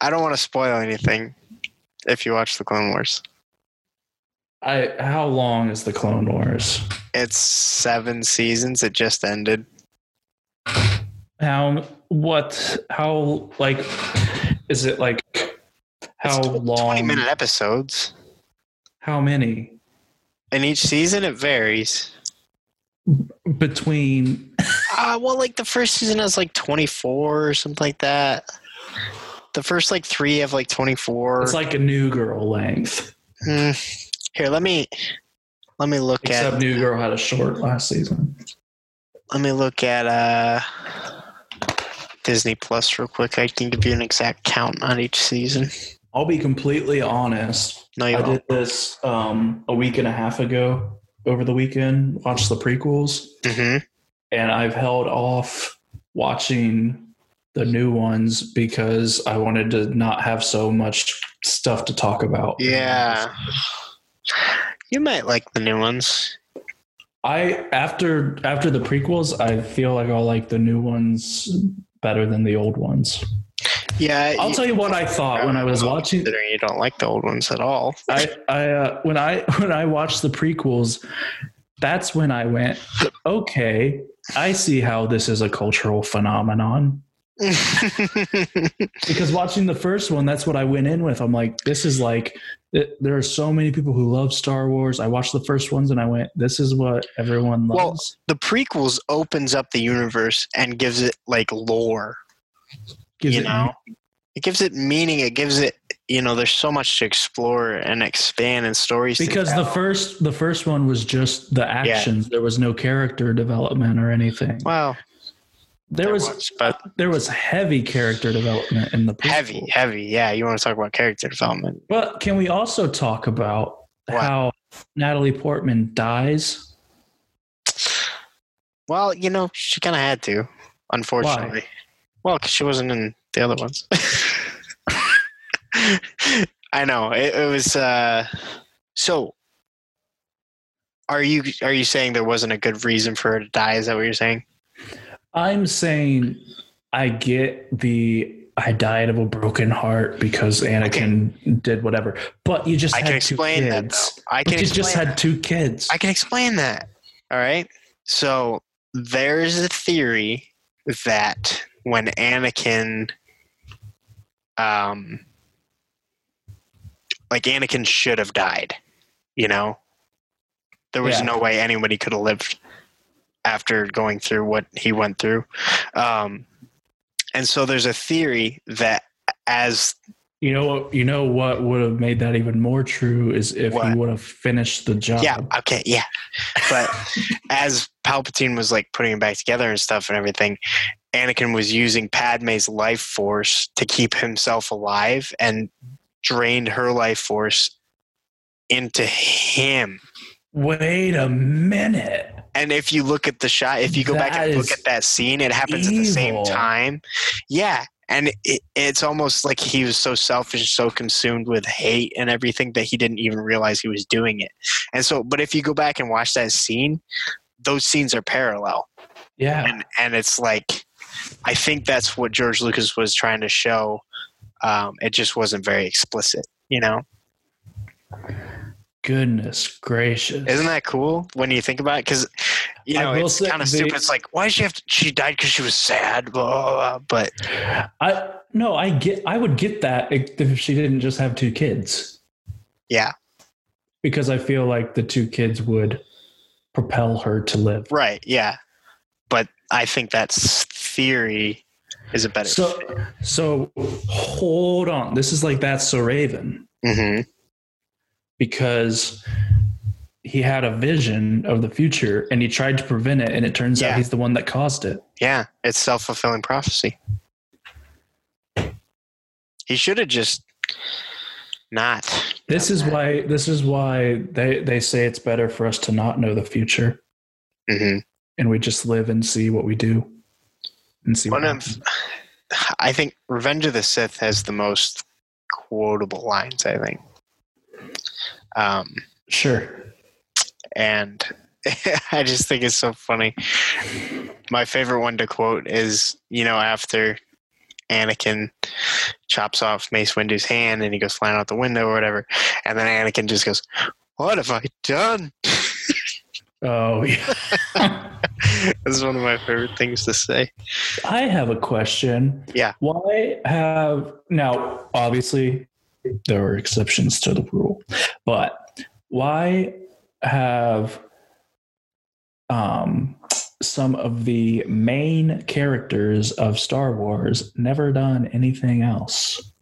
B: I don't want to spoil anything. If you watch the Clone Wars,
A: I how long is the Clone Wars?
B: it's seven seasons. It just ended.
A: How what how like is it like how
B: it's
A: long
B: Twenty-minute episodes,
A: how many
B: and each season it varies.
A: between
B: Uh, well, like the first season has like twenty-four or something like that. The first like three have like twenty-four.
A: it's like a new girl length.
B: Hmm. Here, let me let me look at
A: Except New Girl had a short last season.
B: let me look at uh Disney Plus real quick. I can give you an exact count on each season.
A: I'll be completely honest.
B: No, you
A: I
B: won't.
A: did this um, a week and a half ago over the weekend, watched the prequels,
B: Mm-hmm.
A: and I've held off watching the new ones because I wanted to not have so much stuff to talk about.
B: Yeah. You might like the new ones.
A: I after after the prequels, I feel like I'll like the new ones better than the old ones.
B: Yeah.
A: I'll
B: you-
A: tell you what I thought when I was watching
B: Considering you don't like the old ones at all.
A: I, I uh, when I when I watched the prequels, that's when I went, okay, I see how this is a cultural phenomenon. Because watching the first one, that's what I went in with. I'm like, this is like, th- there are so many people who love Star Wars. I watched the first ones and I went, this is what everyone
B: Well-
A: loves.
B: the prequels opens up the universe and gives it like lore.
A: Gives
B: you
A: it-
B: know it gives it meaning it gives it you know there's so much to explore and expand and stories to
A: because the
B: tell.
A: first the first one was just the actions. There was no character development or anything.
B: well
A: There was
B: but
A: there was heavy character development in the prequels.
B: heavy heavy yeah you want to talk about character development
A: But can we also talk about
B: What?
A: how Natalie Portman dies?
B: well you know she kind of had to unfortunately well because she wasn't in the other ones i know it, it was uh so are you are you saying there wasn't a good reason for her to die is that what you're saying
A: I'm saying I get the I died of a broken heart because Anakin did whatever. But you just
B: i
A: had
B: can
A: two
B: explain that
A: kids.
B: though. i
A: But
B: can
A: you
B: explain
A: just
B: that.
A: had two kids.
B: I can explain that. All right. So there's a theory that when Anakin, um, like Anakin should have died, you know, there was
A: Yeah.
B: no way anybody could have lived after going through what he went through. Um, and so there's a theory that as
A: you know what you know what would have made that even more true is if he
B: What?
A: would have finished the job.
B: Yeah, okay, yeah. But as Palpatine was like putting him back together and stuff and everything, Anakin was using Padme's life force to keep himself alive and drained her life force into him.
A: Wait a minute.
B: And if you look at the shot, if you go back
A: That
B: and look
A: is
B: at that scene, it happens at the same
A: evil.
B: time. Yeah. And it, it's almost like he was so selfish, so consumed with hate and everything that he didn't even realize he was doing it. And so, but if you go back and watch that scene, those scenes are parallel.
A: Yeah.
B: And, and it's like, I think that's what George Lucas was trying to show. Um, it just wasn't very explicit, you know?
A: Goodness gracious.
B: Isn't that cool when you think about it? Because you
A: I
B: know
A: will
B: it's
A: say
B: kind
A: the-
B: of stupid. It's like why did she have to, she died because she was sad, blah, blah, blah. but
A: I no, I get. I would get that if she didn't just have two kids,
B: yeah,
A: because I feel like the two kids would propel her to live.
B: right, yeah. But I think that's theory is a better.
A: So, so hold on. This is like that's so Raven
B: Mhm.
A: because he had a vision of the future and he tried to prevent it, and it turns
B: Yeah.
A: out he's the one that caused it.
B: Yeah, it's self fulfilling prophecy. He should have just not.
A: This is why. This is why they they say it's better for us to not know the future
B: hmm
A: and we just live and see what we do and see
B: One
A: what
B: of,
A: happens.
B: I think Revenge of the Sith has the most quotable lines, I think. Um,
A: Sure.
B: and I just think it's so funny. My favorite one to quote is, you know, after Anakin chops off Mace Windu's hand and he goes flying out the window or whatever, and then Anakin just goes, "What have I done?"
A: Oh yeah.
B: That's one of my favorite things to say.
A: I have a question.
B: Yeah.
A: Why have now obviously there are exceptions to the rule, but why have um some of the main characters of Star Wars never done anything else?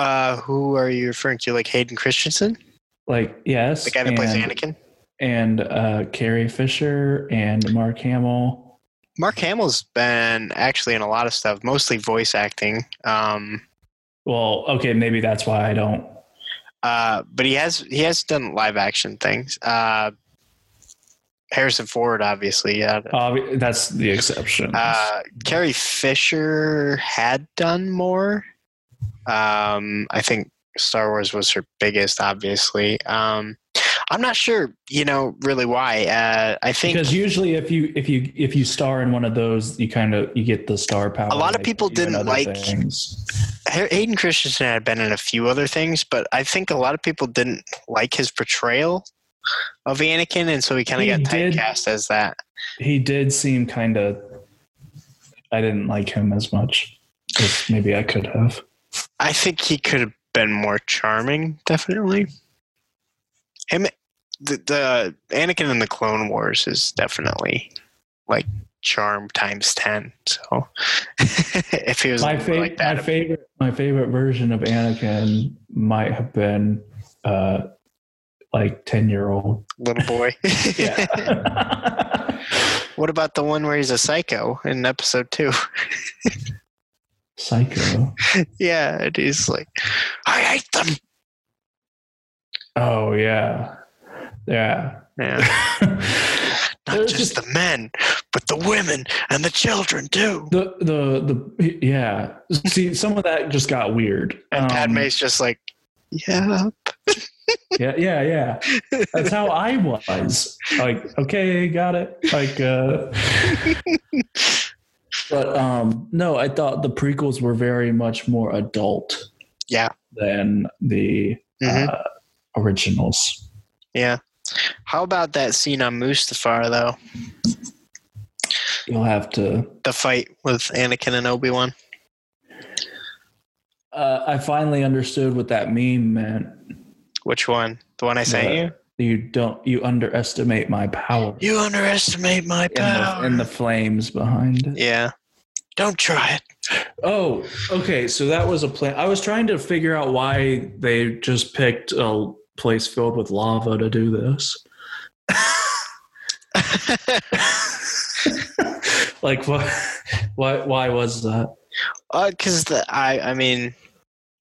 B: Uh, who are you referring to? Like Hayden Christensen,
A: Like yes,
B: the guy that plays
A: and-
B: Anakin.
A: and uh, Carrie Fisher and Mark Hamill.
B: Mark Hamill's been actually in a lot of stuff, mostly voice acting. Um,
A: Well, okay, maybe that's why I don't.
B: Uh, but he has he has done live action things. Uh, Harrison Ford, obviously. Yeah.
A: obvi- that's the exception.
B: Uh, Carrie Fisher had done more. Um, I think Star Wars was her biggest, obviously. Um, I'm not sure, you know, really why. Uh, I think
A: because usually if you if you if you star in one of those you kind of you get the star power
B: A lot of
A: like
B: people
A: you do in
B: didn't
A: other
B: like-
A: things.
B: Ha- Hayden Christensen had been in a few other things, but I think a lot of people didn't like his portrayal of Anakin, and so he kind of
A: He
B: got
A: did-
B: typecast as that.
A: he did seem kind of i didn't like him as much as maybe i could have
B: I think he could have been more charming, definitely. Him, the, the Anakin in the Clone Wars is definitely like charm times ten. So if he was
A: my,
B: more
A: fa-
B: like
A: my
B: that,
A: favorite my favorite version of anakin might have been uh like 10 year old
B: little boy.
A: yeah
B: what about the one where he's a psycho in Episode Two?
A: psycho
B: yeah, and he's like, I hate them.
A: oh yeah yeah
B: Yeah, not
A: There's just-
B: just the men, but the women and the children too.
A: The the the yeah. See, some of that just got weird.
B: And
A: Um,
B: Padme's just like, yeah.
A: Yeah, yeah, yeah. That's how I was. Like, okay, got it. Like, uh, but um, no, I thought the prequels were very much more adult.
B: Yeah.
A: Than the
B: Mhm.
A: uh, originals.
B: Yeah. How about that scene on Mustafar though?
A: You'll have to.
B: The fight with Anakin and Obi Wan.
A: Uh, I finally understood what that meme meant.
B: Which one? The one I
A: Uh,
B: sent
A: You don't. You underestimate my power.
B: you. You underestimate my
A: and the,
B: power.
A: and the flames behind it.
B: yeah. Don't try it.
A: Oh, okay. So that was a plan. I was trying to figure out why they just picked a place filled with lava to do this. like what? Why? Why was that?
B: Because Uh, the I I mean,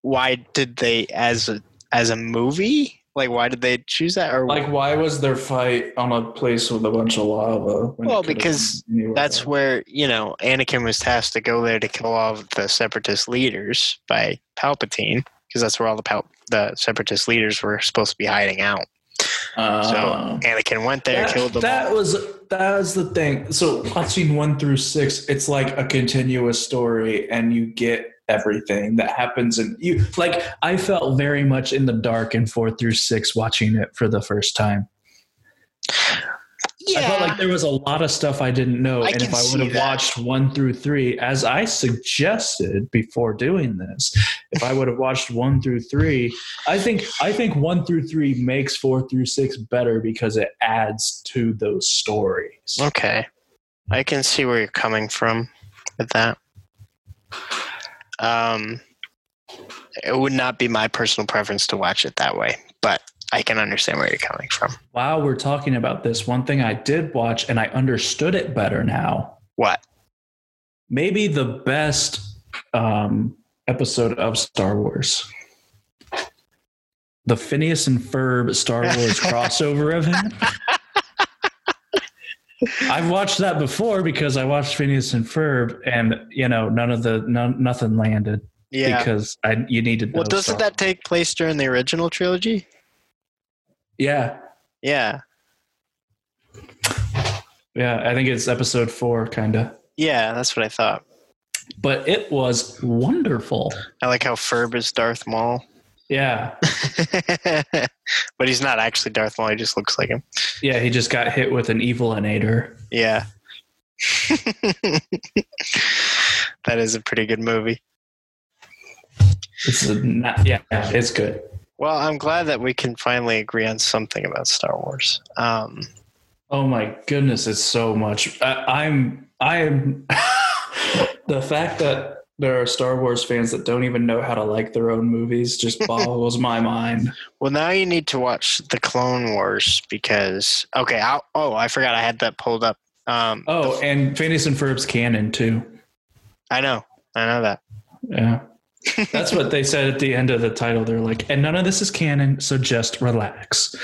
B: why did they as a as a movie? Like why did they choose that? Or
A: Like why was their fight on a place with a bunch of lava? when it
B: Well,
A: could have
B: because
A: been anywhere
B: that's
A: else?
B: where you know Anakin was tasked to go there to kill all of the separatist leaders by Palpatine, because that's where all the Pal- the separatist leaders were supposed to be hiding out.
A: Uh,
B: so Anakin went there, killed
A: that,
B: them.
A: that
B: all.
A: was that was the thing. So watching one through six, it's like a continuous story, and you get everything that happens. And you like, I felt very much in the dark in four through six watching it for the first time. I felt like there was a lot of stuff I didn't know,
B: I
A: and
B: can
A: if I
B: see
A: would have
B: that.
A: watched one through three, as I suggested before doing this, if I would have watched one through three, I think I think one through three makes four through six better because it adds to those stories.
B: okay, I can see where you're coming from with that. Um, it would not be my personal preference to watch it that way, but I can understand where you're coming from.
A: While we're talking about this, one thing I did watch and I understood it better now.
B: What?
A: Maybe the best um, episode of Star Wars. The Phineas and Ferb Star Wars crossover event. I've watched that before because I watched Phineas and Ferb, and you know none of the none, nothing landed.
B: Yeah.
A: because I you need to. Know
B: well, doesn't
A: something.
B: that take place during the original trilogy?
A: Yeah,
B: Yeah.
A: yeah. I think it's episode four, kind of.
B: Yeah, that's what I thought.
A: But it was wonderful.
B: I like how Ferb is Darth Maul.
A: Yeah,
B: but he's not actually Darth Maul, he just looks like him.
A: yeah. He just got hit with an evil inator.
B: Yeah. that is a pretty good movie.
A: It's a not, yeah, it's good.
B: Well, I'm glad that we can finally agree on something about Star Wars. Um,
A: Oh my goodness, it's so much. I, I'm I'm the fact that there are Star Wars fans that don't even know how to like their own movies just boggles my mind.
B: Well, now you need to watch the Clone Wars because okay, i oh, I forgot I had that pulled up. Um,
A: Oh, and Phineas and Ferb's canon too.
B: I know, I know that.
A: Yeah. That's what they said at the end of the title. They're like, and none of this is canon, so just relax.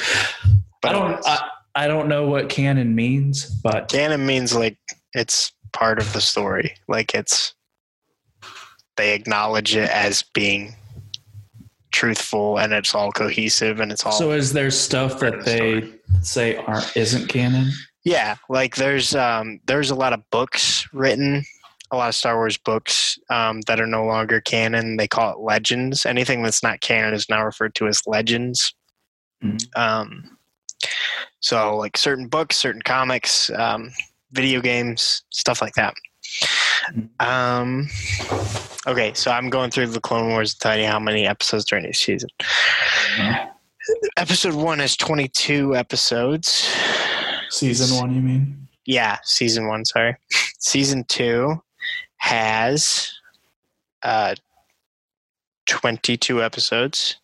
B: But
A: I don't I, I don't know what canon means, but
B: canon means like it's part of the story, like it's they acknowledge it as being truthful and it's all cohesive and it's all
A: so is there stuff that they say aren't isn't canon?
B: Yeah, like there's um, there's a lot of books written, a lot of Star Wars books um, that are no longer canon. They call it legends. Anything that's not canon is now referred to as legends.
A: Mhm.
B: Um, so like certain books, certain comics, um, video games, stuff like that. Um, okay, so I'm going through the Clone Wars to tell you how many episodes during each season. Episode one has 22 episodes.
A: Season one, you mean?
B: yeah, season one, sorry. Season two has uh 22 episodes.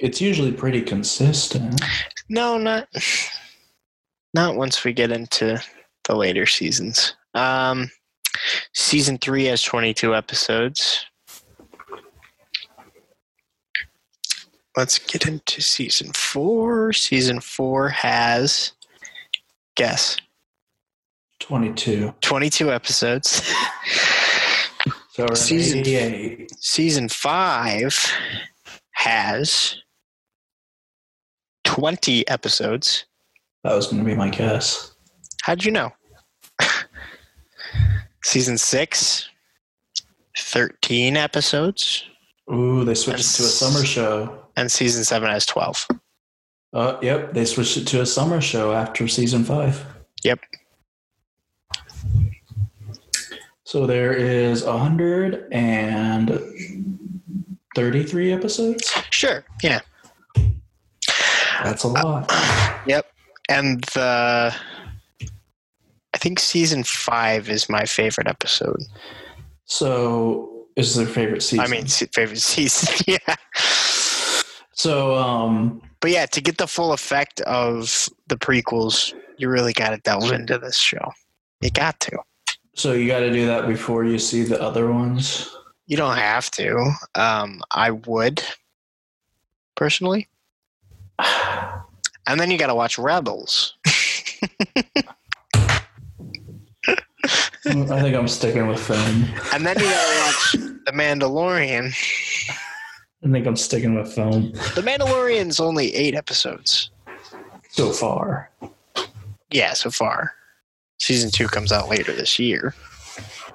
A: It's usually pretty consistent.
B: No, not not once we get into the later seasons. Um season 3 has 22 episodes. Let's get into season 4. Season 4 has guess
A: 22.
B: 22 episodes.
A: So we're at
B: Season-
A: 88.
B: season five has 20 episodes.
A: That was going to be my guess.
B: How'd you know? season six, 13 episodes.
A: Ooh, they switched it to a summer show.
B: And season seven has 12.
A: Uh, yep, they switched it to a summer show after season five.
B: Yep.
A: So there is 133 episodes.
B: Sure. Yeah.
A: That's a lot.
B: Yep. And the. I think season five is my favorite episode.
A: So is their favorite season?
B: I mean, se- favorite season. yeah.
A: so um,
B: But yeah, to get the full effect of the prequels, you really got to delve into this show. You got to.
A: so you got to do that before you see the other ones.
B: You don't have to. Um, I would, personally. And then you got to watch Rebels.
A: I think I'm sticking with film.
B: And then you got to watch The Mandalorian.
A: I think I'm sticking with film
B: The Mandalorian's only eight episodes.
A: so far.
B: Yeah, so far. Season two comes out later this year.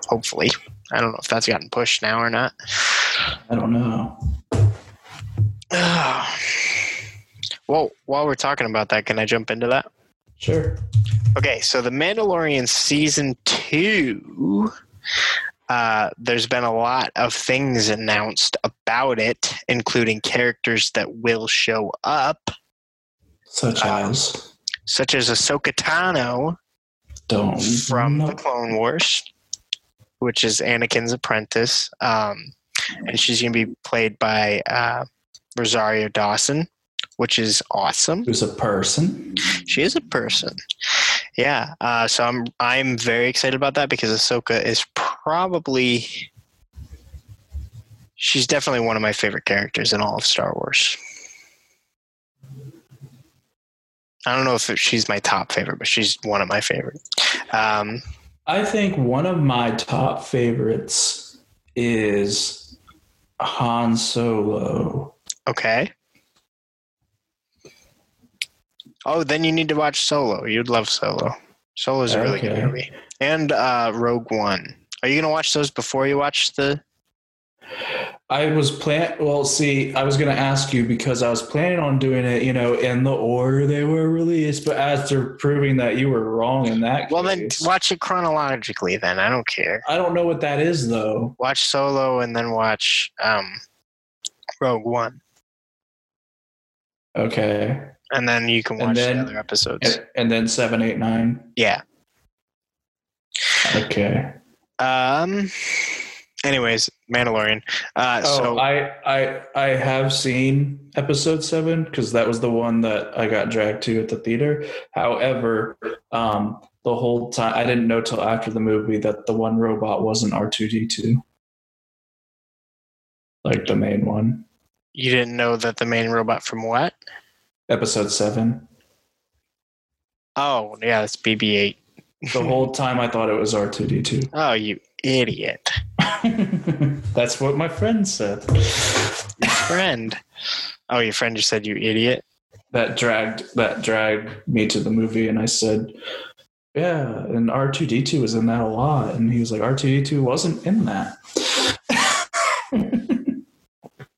B: Hopefully. I don't know if that's gotten pushed now or not.
A: I don't know.
B: well, while we're talking about that, can I jump into that?
A: Sure.
B: Okay, so the Mandalorian season two. Uh, there's been a lot of things announced about it, including characters that will show up,
A: Such
B: Um,
A: as
B: such as Ahsoka Tano
A: don't
B: from
A: know.
B: the Clone Wars, which is Anakin's apprentice, um, and she's going to be played by uh, Rosario Dawson, which is awesome.
A: who's a person.
B: She is a person. Yeah. Uh, so I'm I'm very excited about that because Ahsoka is probably she's definitely one of my favorite characters in all of Star Wars. I don't know if she's my top favorite, but she's one of my favorite. Um,
A: I think one of my top favorites is Han Solo.
B: Okay. Oh, then you need to watch Solo. You'd love Solo. Solo's a really
A: Okay.
B: good movie. And uh, Rogue One. Are you gonna watch those before you watch the?
A: I was plan. Well, see, I was going to ask you because I was planning on doing it, you know, in the order they were released. But after proving that you were wrong in that,
B: Well, then
A: case-
B: watch it chronologically. Then I don't care.
A: I don't know what that is though.
B: Watch Solo and then watch um, Rogue One,
A: Okay,
B: and then you can
A: And
B: watch
A: then-
B: the other episodes.
A: and, and then seven, eight, nine.
B: Yeah.
A: Okay.
B: Um. Anyways, Mandalorian. Uh,
A: Oh,
B: so
A: I I I have seen episode seven because that was the one that I got dragged to at the theater. However, um, the whole time I didn't know till after the movie that the one robot wasn't R two D two, like the main one.
B: you didn't know that the main robot from what?
A: Episode seven.
B: Oh, yeah, it's BB-8.
A: The whole time I thought it was R two D two.
B: Oh, you idiot,
A: That's what my friend said.
B: friend. Oh, your friend just said you idiot.
A: that dragged that dragged me to the movie and I said, Yeah, and R two D two was in that a lot and he was like, R two D two wasn't in that.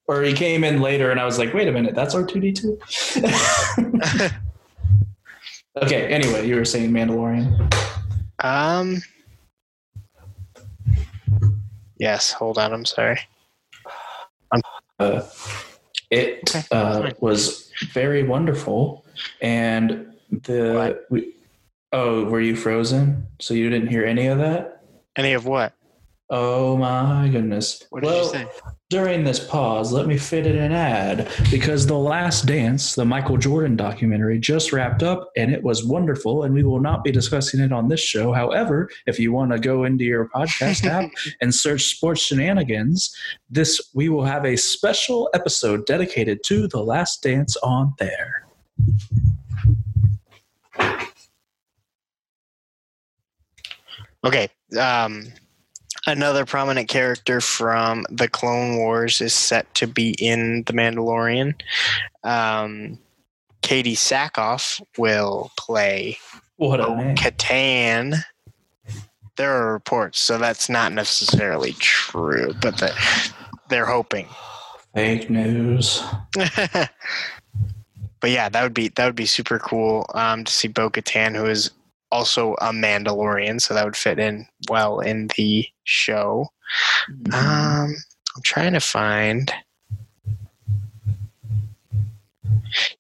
A: or he came in later and I was like, wait a minute, that's R two D two? Okay, anyway, you were saying Mandalorian.
B: Um. Yes, hold on. I'm sorry.
A: Uh, it
B: Okay,
A: uh,
B: fine.
A: was very wonderful and the we, oh were you frozen so you didn't hear any of that
B: Any of what?
A: oh my goodness
B: What did
A: Well,
B: you say?
A: During this pause, let me fit in an ad because The Last Dance, the Michael Jordan documentary, just wrapped up and it was wonderful. And we will not be discussing it on this show. However, if you want to go into your podcast app and search Sports Shenanigans, this we will have a special episode dedicated to The Last Dance on there.
B: Okay. Um, another prominent character from the Clone Wars is set to be in The Mandalorian. Um, Katie Sackhoff will play
A: What a name!
B: Catan. There are reports, so that's not necessarily true, but the, they're hoping.
A: Fake news.
B: but yeah, that would be that would be super cool um, to see Bo Katan, who is also a Mandalorian, so that would fit in well in the show. Um, I'm trying to find.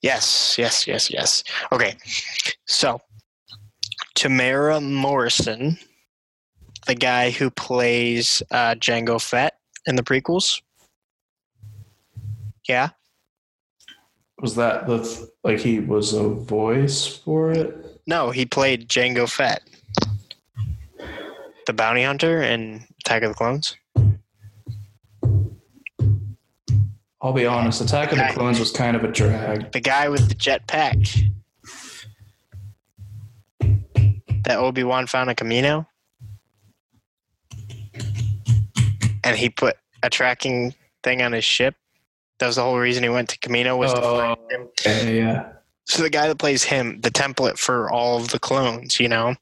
B: Yes, yes, yes, yes. Okay, so Tamara Morrison, the guy who plays uh, Django Fett in the prequels. Yeah.
A: was that the th- like he was a voice for it?
B: No, he played Django Fett, the bounty hunter in Attack of the Clones.
A: I'll be honest, Attack of the Clones was kind of a drag.
B: The guy with the jetpack that Obi Wan found in Camino, and he put a tracking thing on his ship. That was the whole reason he went to Camino was to
A: Oh.
B: find him.
A: Yeah, yeah.
B: So the guy that plays him, the template for all of the clones, you know.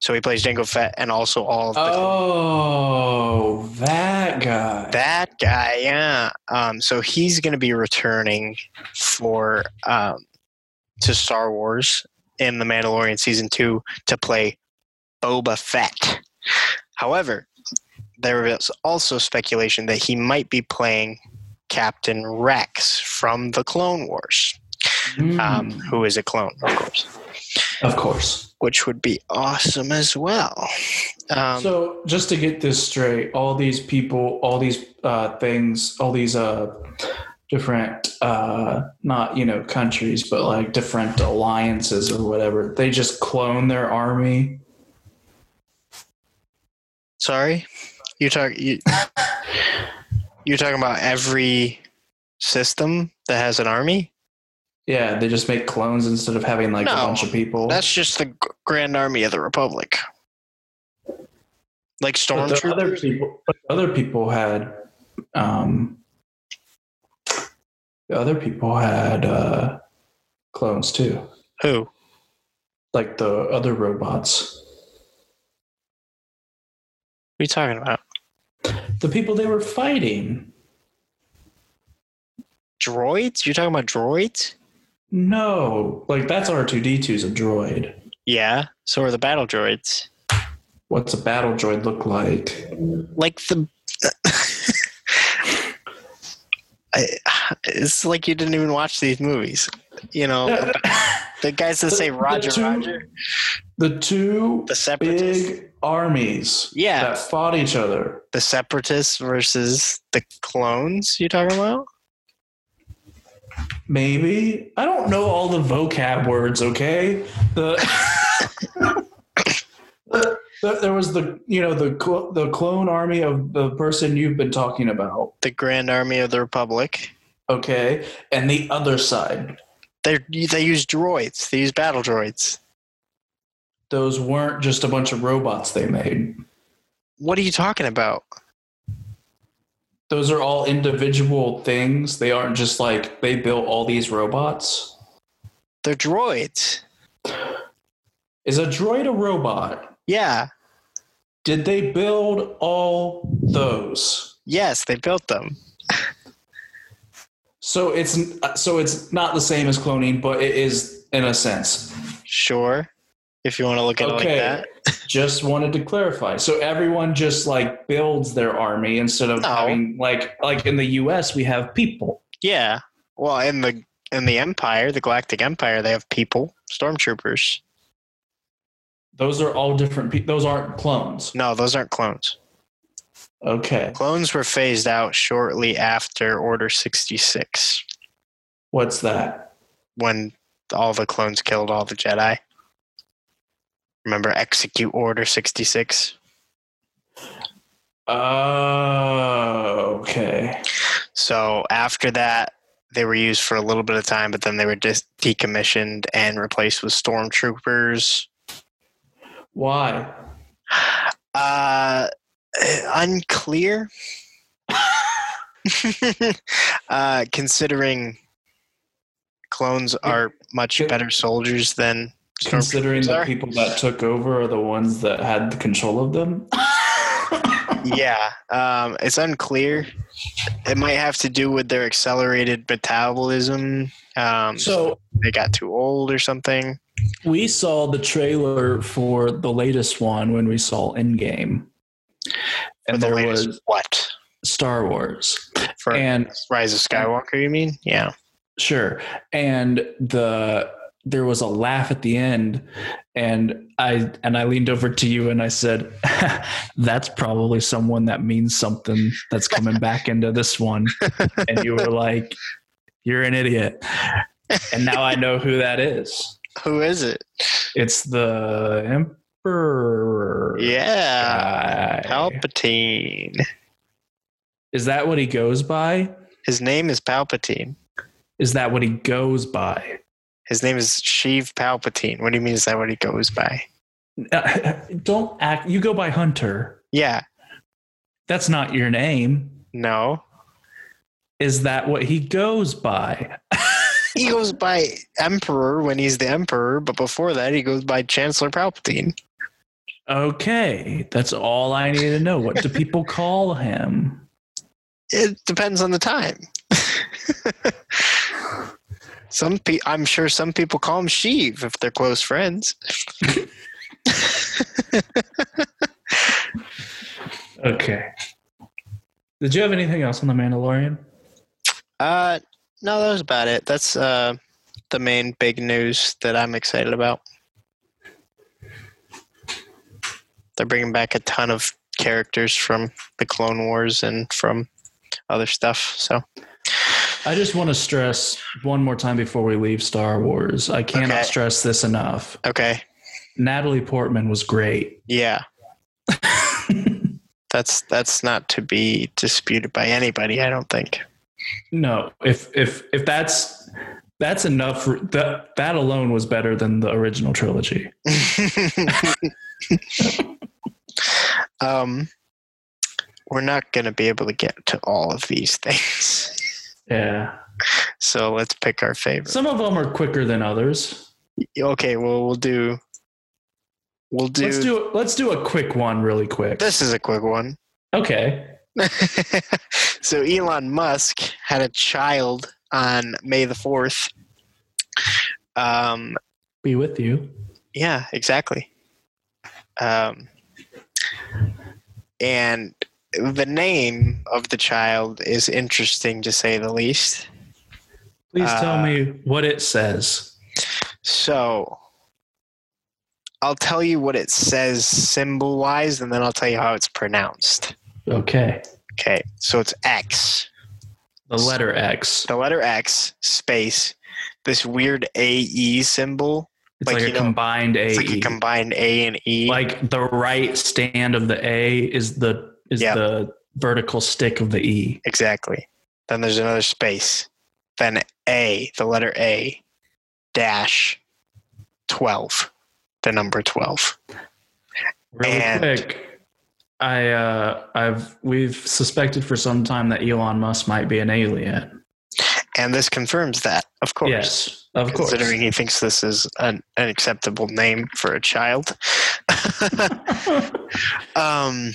B: So he plays Django Fett and also all of the clones.
A: Oh, that guy.
B: That guy, yeah. Um, so he's going to be returning for um, to Star Wars in the Mandalorian season two to play Boba Fett. However, there is also speculation that he might be playing Captain Rex from the Clone Wars,
A: Mm,
B: um, who is a clone, of course,
A: of course.
B: which would be awesome as well. Um,
A: so, just to get this straight, all these people, all these uh, things, all these uh, different, uh, not you know countries, but like different alliances or whatever, they just clone their army.
B: Sorry, you talk you. You're talking about every system that has an army.
A: Yeah, they just make clones instead of having like a
B: No,
A: bunch of people.
B: That's just the g- Grand Army of the Republic. Like
A: But the
B: stormtroopers.
A: other people, but the other people had um, The other people had uh, clones too,
B: Who?
A: like the other robots.
B: What are you talking about?
A: The people they were fighting.
B: Droids? You're talking about droids?
A: No, like that's R2D2's a droid.
B: Yeah. So are the battle droids.
A: What's a battle droid look like?
B: Like the. I, it's like you didn't even watch these movies. You know, the guys that say
A: The- the
B: Roger,
A: two-
B: Roger,
A: The two
B: the separatists,
A: big armies
B: Yeah.
A: that fought each other.
B: the separatists versus the clones. You talking about?
A: Maybe I don't know all the vocab words. Okay, the. There there was the you know the cl- the clone army of the person you've been talking about,
B: The Grand Army of the Republic.
A: okay, and the other side.
B: They they use droids. They use battle droids.
A: Those weren't just a bunch of robots they made.
B: What are you talking about?
A: Those are all individual things. They aren't just like they built all these robots.
B: They're droids.
A: Is a droid a robot?
B: Yeah.
A: Did they build all those?
B: Yes, they built them.
A: So it's uh, so it's not the same as cloning, but it is in a sense.
B: Sure. If you want to look at it like
A: Okay,
B: that.
A: just wanted to clarify. So everyone just like builds their army instead of
B: No.
A: having like like in the U.S. we have people.
B: Yeah. Well, in the in the Empire, the Galactic Empire, they have people, stormtroopers.
A: Those are all different. Pe- those aren't clones.
B: No, those aren't clones.
A: Okay,
B: Clones were phased out shortly after Order 66
A: what's that?
B: when all the clones killed all the Jedi. Remember execute Order 66?
A: Oh, okay.
B: So after that, they were used for a little bit of time, but then they were just decommissioned and replaced with stormtroopers.
A: Why?
B: Uh, unclear. uh, considering clones are much better soldiers than
A: Considering the
B: Sorry.
A: people that took over are the ones that had the control of them.
B: yeah, um, it's unclear. It might have to do with their accelerated metabolism. Um,
A: So
B: they got too old or something.
A: We saw the trailer for the latest one when we saw Endgame.
B: For
A: And
B: the
A: there
B: latest
A: was
B: what
A: Star Wars.
B: for
A: And
B: Rise of Skywalker? You mean? Yeah.
A: sure. And the there was a laugh at the end and I and I leaned over to you and I said, That's probably someone that means something that's coming back into this one. And you were like, You're an idiot. And now I know who that is.
B: Who is it?
A: It's the Emperor. guy.
B: Yeah, Palpatine.
A: Is that what he goes by?
B: His name is Palpatine.
A: Is that what he goes by?
B: His name is Sheev Palpatine. What do you mean? Is that what he goes by?
A: Don't act. You go by Hunter.
B: Yeah.
A: That's not your name.
B: No.
A: Is that what he goes by?
B: He goes by Emperor when he's the Emperor, but before that, he goes by Chancellor Palpatine.
A: Okay, that's all I need to know. What do people call him?
B: It depends on the time. some pe- I'm sure some people call him Sheev if they're close friends.
A: Okay. Did you have anything else on the Mandalorian?
B: Uh, no, that was about it. That's uh, the main big news that I'm excited about. They're bringing back a ton of characters from the Clone Wars and from other stuff. So
A: I just want to stress one more time before we leave Star Wars. I cannot
B: Okay.
A: stress this enough.
B: okay,
A: Natalie Portman was great.
B: yeah, that's that's not to be disputed by anybody. I don't think.
A: No, if if if that's that's enough for that that alone was better than the original trilogy.
B: um, we're not going to be able to get to all of these things.
A: Yeah.
B: So let's pick our favorite.
A: Some of them are quicker than others.
B: Okay, well we'll do we'll do,
A: Let's do let's do a quick one really quick.
B: this is a quick one.
A: Okay.
B: so Elon Musk had a child on May the fourth. Um
A: Be with you.
B: Yeah, exactly. Um, and the name of the child is interesting to say the least.
A: Please tell
B: Uh,
A: me what it says.
B: So I'll tell you what it says symbol wise, and then I'll tell you how it's pronounced.
A: Okay.
B: Okay, so it's X,
A: The letter X.
B: the letter X, space, this weird AE symbol.
A: It's
B: like,
A: like,
B: you
A: a
B: know,
A: combined A.
B: It's like a
A: E.
B: combined A and E.
A: like the right stand of the A is the is
B: Yeah.
A: the vertical stick of the E.
B: Exactly. Then there's another space. Then A, the letter A, dash, 12, the number 12.
A: Really
B: And-
A: quick. I uh I've we've suspected for some time that Elon Musk might be an alien.
B: And this confirms that, of course.
A: Yes, of course.
B: Considering he thinks this is an, an acceptable name for a child. um,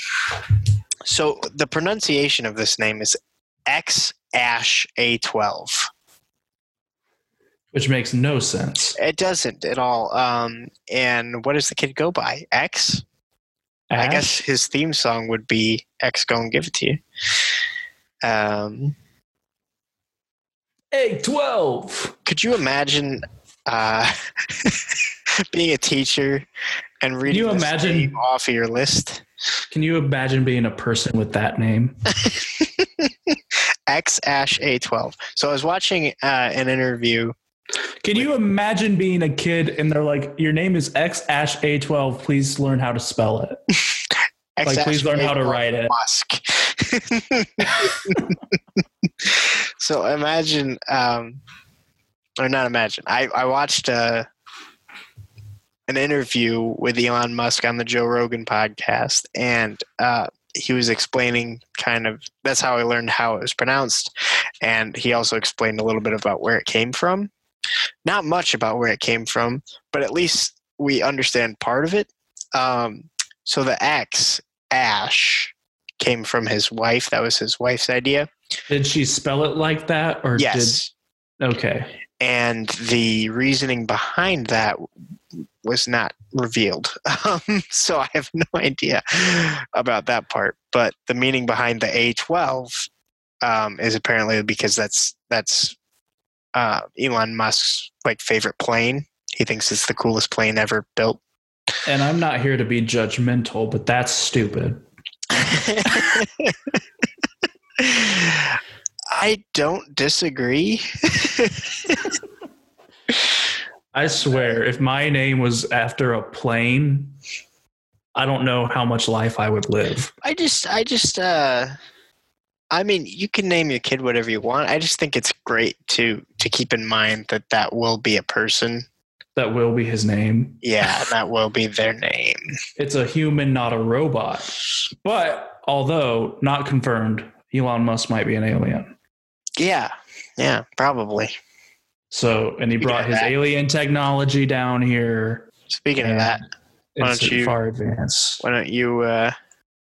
B: so the pronunciation of this name is X Ash A12.
A: Which makes no sense.
B: It doesn't at all. Um, and what does the kid go by? X? I guess his theme song would be X Go and Give It To You. Um,
A: A twelve.
B: could you imagine uh, being a teacher and reading
A: you
B: this
A: imagine-
B: name off of your list?
A: Can you imagine being a person with that name?
B: X Ash A12. So I was watching uh, an interview.
A: Can you imagine being a kid and they're like, "Your name is X Ash A twelve. Please learn how to spell it."
B: X
A: Like, please
B: Ash
A: learn how to
B: A12
A: write it.
B: Musk. so imagine, um, or not imagine. I I watched uh an interview with Elon Musk on the Joe Rogan podcast, and uh, he was explaining kind of that's how I learned how it was pronounced, and he also explained a little bit about where it came from. Not much about where it came from, but at least we understand part of it. Um, so the X Ash came from his wife. That was his wife's idea.
A: Did she spell it like that, or
B: Yes.
A: did okay?
B: and the reasoning behind that was not revealed. Um, so I have no idea about that part. But the meaning behind the A12 um, is apparently because that's that's uh, Elon Musk's like favorite plane. He thinks it's the coolest plane ever built.
A: And I'm not here to be judgmental, but that's stupid.
B: I don't disagree.
A: I swear, if my name was after a plane, I don't know how much life I would live.
B: I just, I just, uh, I mean, you can name your kid whatever you want. I just think it's great to to keep in mind that that will be a person.
A: That will be his name.
B: Yeah, and that will be their name.
A: It's a human, not a robot. But although not confirmed, Elon Musk might be an alien.
B: Yeah, yeah, probably.
A: So, and he
B: Speaking
A: brought
B: of
A: his
B: that-
A: alien technology down here.
B: Speaking of
A: and
B: that, why
A: it's
B: don't you-
A: far advanced.
B: why don't you uh,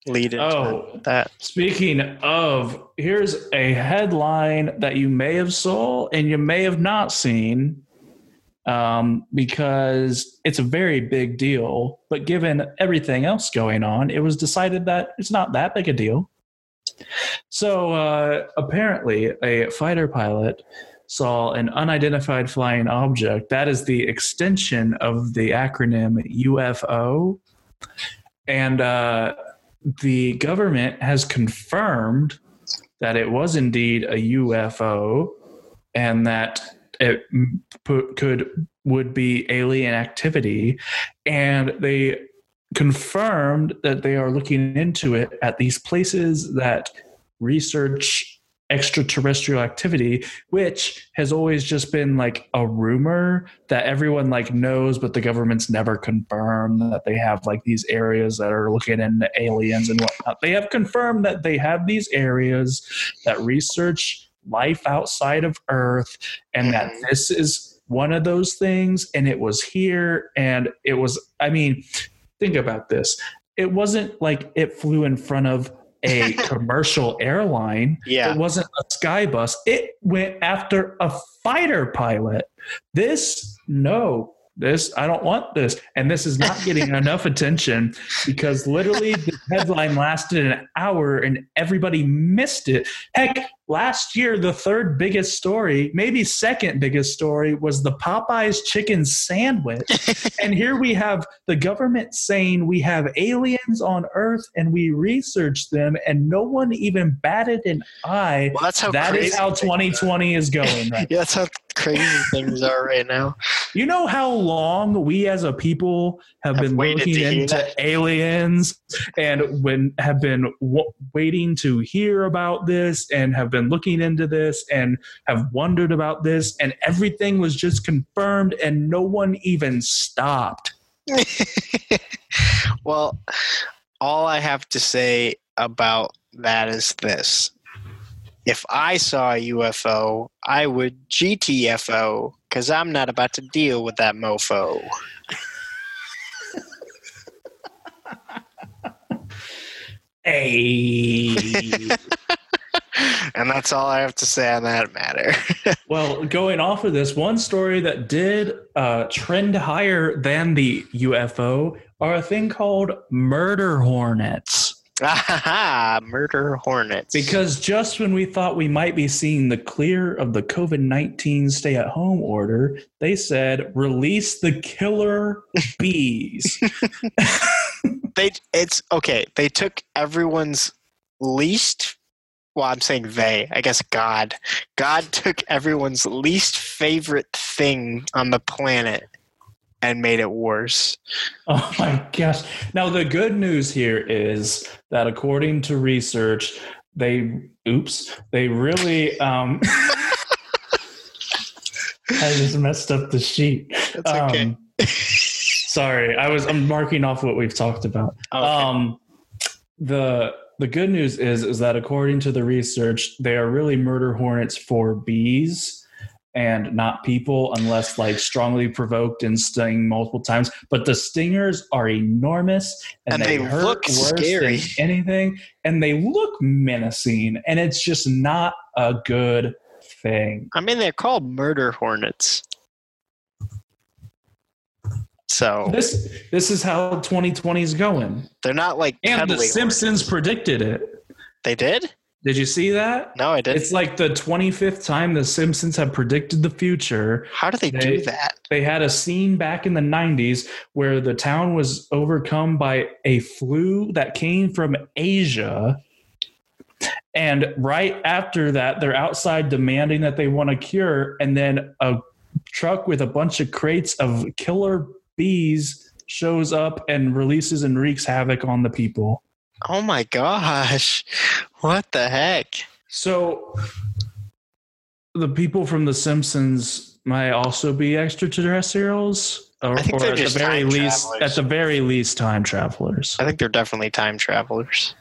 B: lead into
A: Oh,
B: that?
A: Speaking of, here's a headline that you may have saw and you may have not seen um, because it's a very big deal. But given everything else going on, it was decided that it's not that big a deal. So uh, apparently, a fighter pilot saw an unidentified flying object. That is the extension of the acronym UFO. And uh, the government has confirmed that it was indeed a UFO and that it m- put, could would be alien activity and they confirmed that they are looking into it at these places that research extraterrestrial activity which has always just been like a rumor that everyone like knows but the government's never confirmed that they have like these areas that are looking into aliens and whatnot they have confirmed that they have these areas that research life outside of Earth and that this is one of those things and it was here and it was I mean, think about this. It wasn't like it flew in front of a commercial airline.
B: Yeah.
A: It wasn't a sky bus. It went after a fighter pilot. This no. This I don't want this. And this is not getting enough attention because literally the headline lasted an hour and everybody missed it. Heck, last year the third biggest story, maybe second biggest story was the Popeyes chicken sandwich. and here we have the government saying we have aliens on earth and we researched them and no one even batted an eye.
B: Well, that's how
A: That
B: crazy
A: is how
B: things
A: 2020 is going right
B: are. Yeah, that's how crazy things are right now.
A: You know how long we as a people have,
B: Have
A: been
B: waited
A: looking
B: to hear
A: into
B: that?
A: aliens and when have been w- waiting to hear about this and have been looking into this and have wondered about this and everything was just confirmed and no one even stopped.
B: Well, all I have to say about that is this. If I saw a UFO, I would GTFO because I'm not about to deal with that mofo.
A: Hey.
B: And that's all I have to say on that matter.
A: Well, going off of this, one story that did uh, trend higher than the UFO are a thing called murder hornets.
B: Ahaha, murder hornets.
A: Because just when we thought we might be seeing the clear of the COVID 19 stay at home order, they said release the killer bees.
B: they it's okay, they took everyone's least well, I'm saying they, I guess God. God took everyone's least favorite thing on the planet and made it worse.
A: Oh my gosh. Now, the good news here is that according to research, they, oops, they really, um, I just messed up the sheet.
B: That's okay.
A: Um, sorry, I was, I'm marking off what we've talked about.
B: Oh, Okay.
A: Um, the the good news is is that according to the research, they are really murder hornets for bees and not people unless like strongly provoked and sting multiple times but the stingers are enormous and,
B: And
A: they,
B: they
A: hurt
B: look
A: worse
B: scary.
A: than anything and they look menacing and it's just not a good thing
B: I mean, they're called murder hornets. So
A: this this is how 2020 is going
B: they're not like
A: and the
B: cuddly
A: simpsons predicted it
B: hornets. They did?
A: did you see that
B: No, I didn't.
A: It's like the 25th time the Simpsons have predicted the future.
B: How do they,
A: they-
B: do that?
A: They had a scene back in the 90s where the town was overcome by a flu that came from Asia. And right after that, they're outside demanding that they want a cure. And then a truck with a bunch of crates of killer bees shows up and releases and wreaks havoc on the people.
B: Oh my gosh. What the heck?
A: So the people from The Simpsons might also be extraterrestrials, or,
B: I think
A: or
B: they're
A: at the
B: just
A: very
B: time
A: least,
B: travelers.
A: at the very least, time travelers.
B: I think they're definitely time travelers.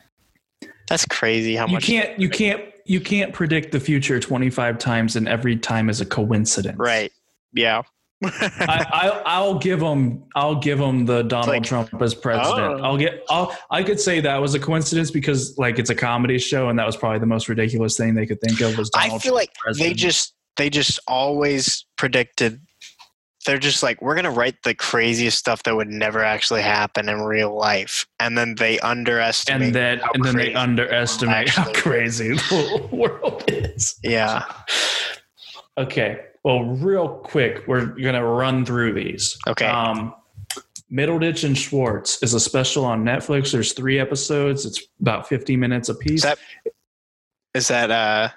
B: That's crazy how
A: You
B: much.
A: can't, you can't, you can't predict the future twenty five times, and every time is a coincidence.
B: Right. Yeah.
A: I, I, I'll give them. I'll give them the Donald
B: like,
A: Trump as president.
B: oh.
A: I'll get. I'll. I could say that was a coincidence because, like, it's a comedy show, and that was probably the most ridiculous thing they could think of was Donald
B: I feel
A: Trump
B: like they
A: president.
B: just they just always predicted they're just like we're going to write the craziest stuff that would never actually happen in real life and then they underestimate
A: and then
B: how
A: and then they
B: crazy
A: underestimate how
B: actually-
A: crazy the world is.
B: yeah
A: Okay, well, real quick, we're gonna run through these.
B: okay
A: Um, Middleditch and Schwartz is a special on Netflix. There's three episodes. It's about 50 minutes apiece.
B: is that is that uh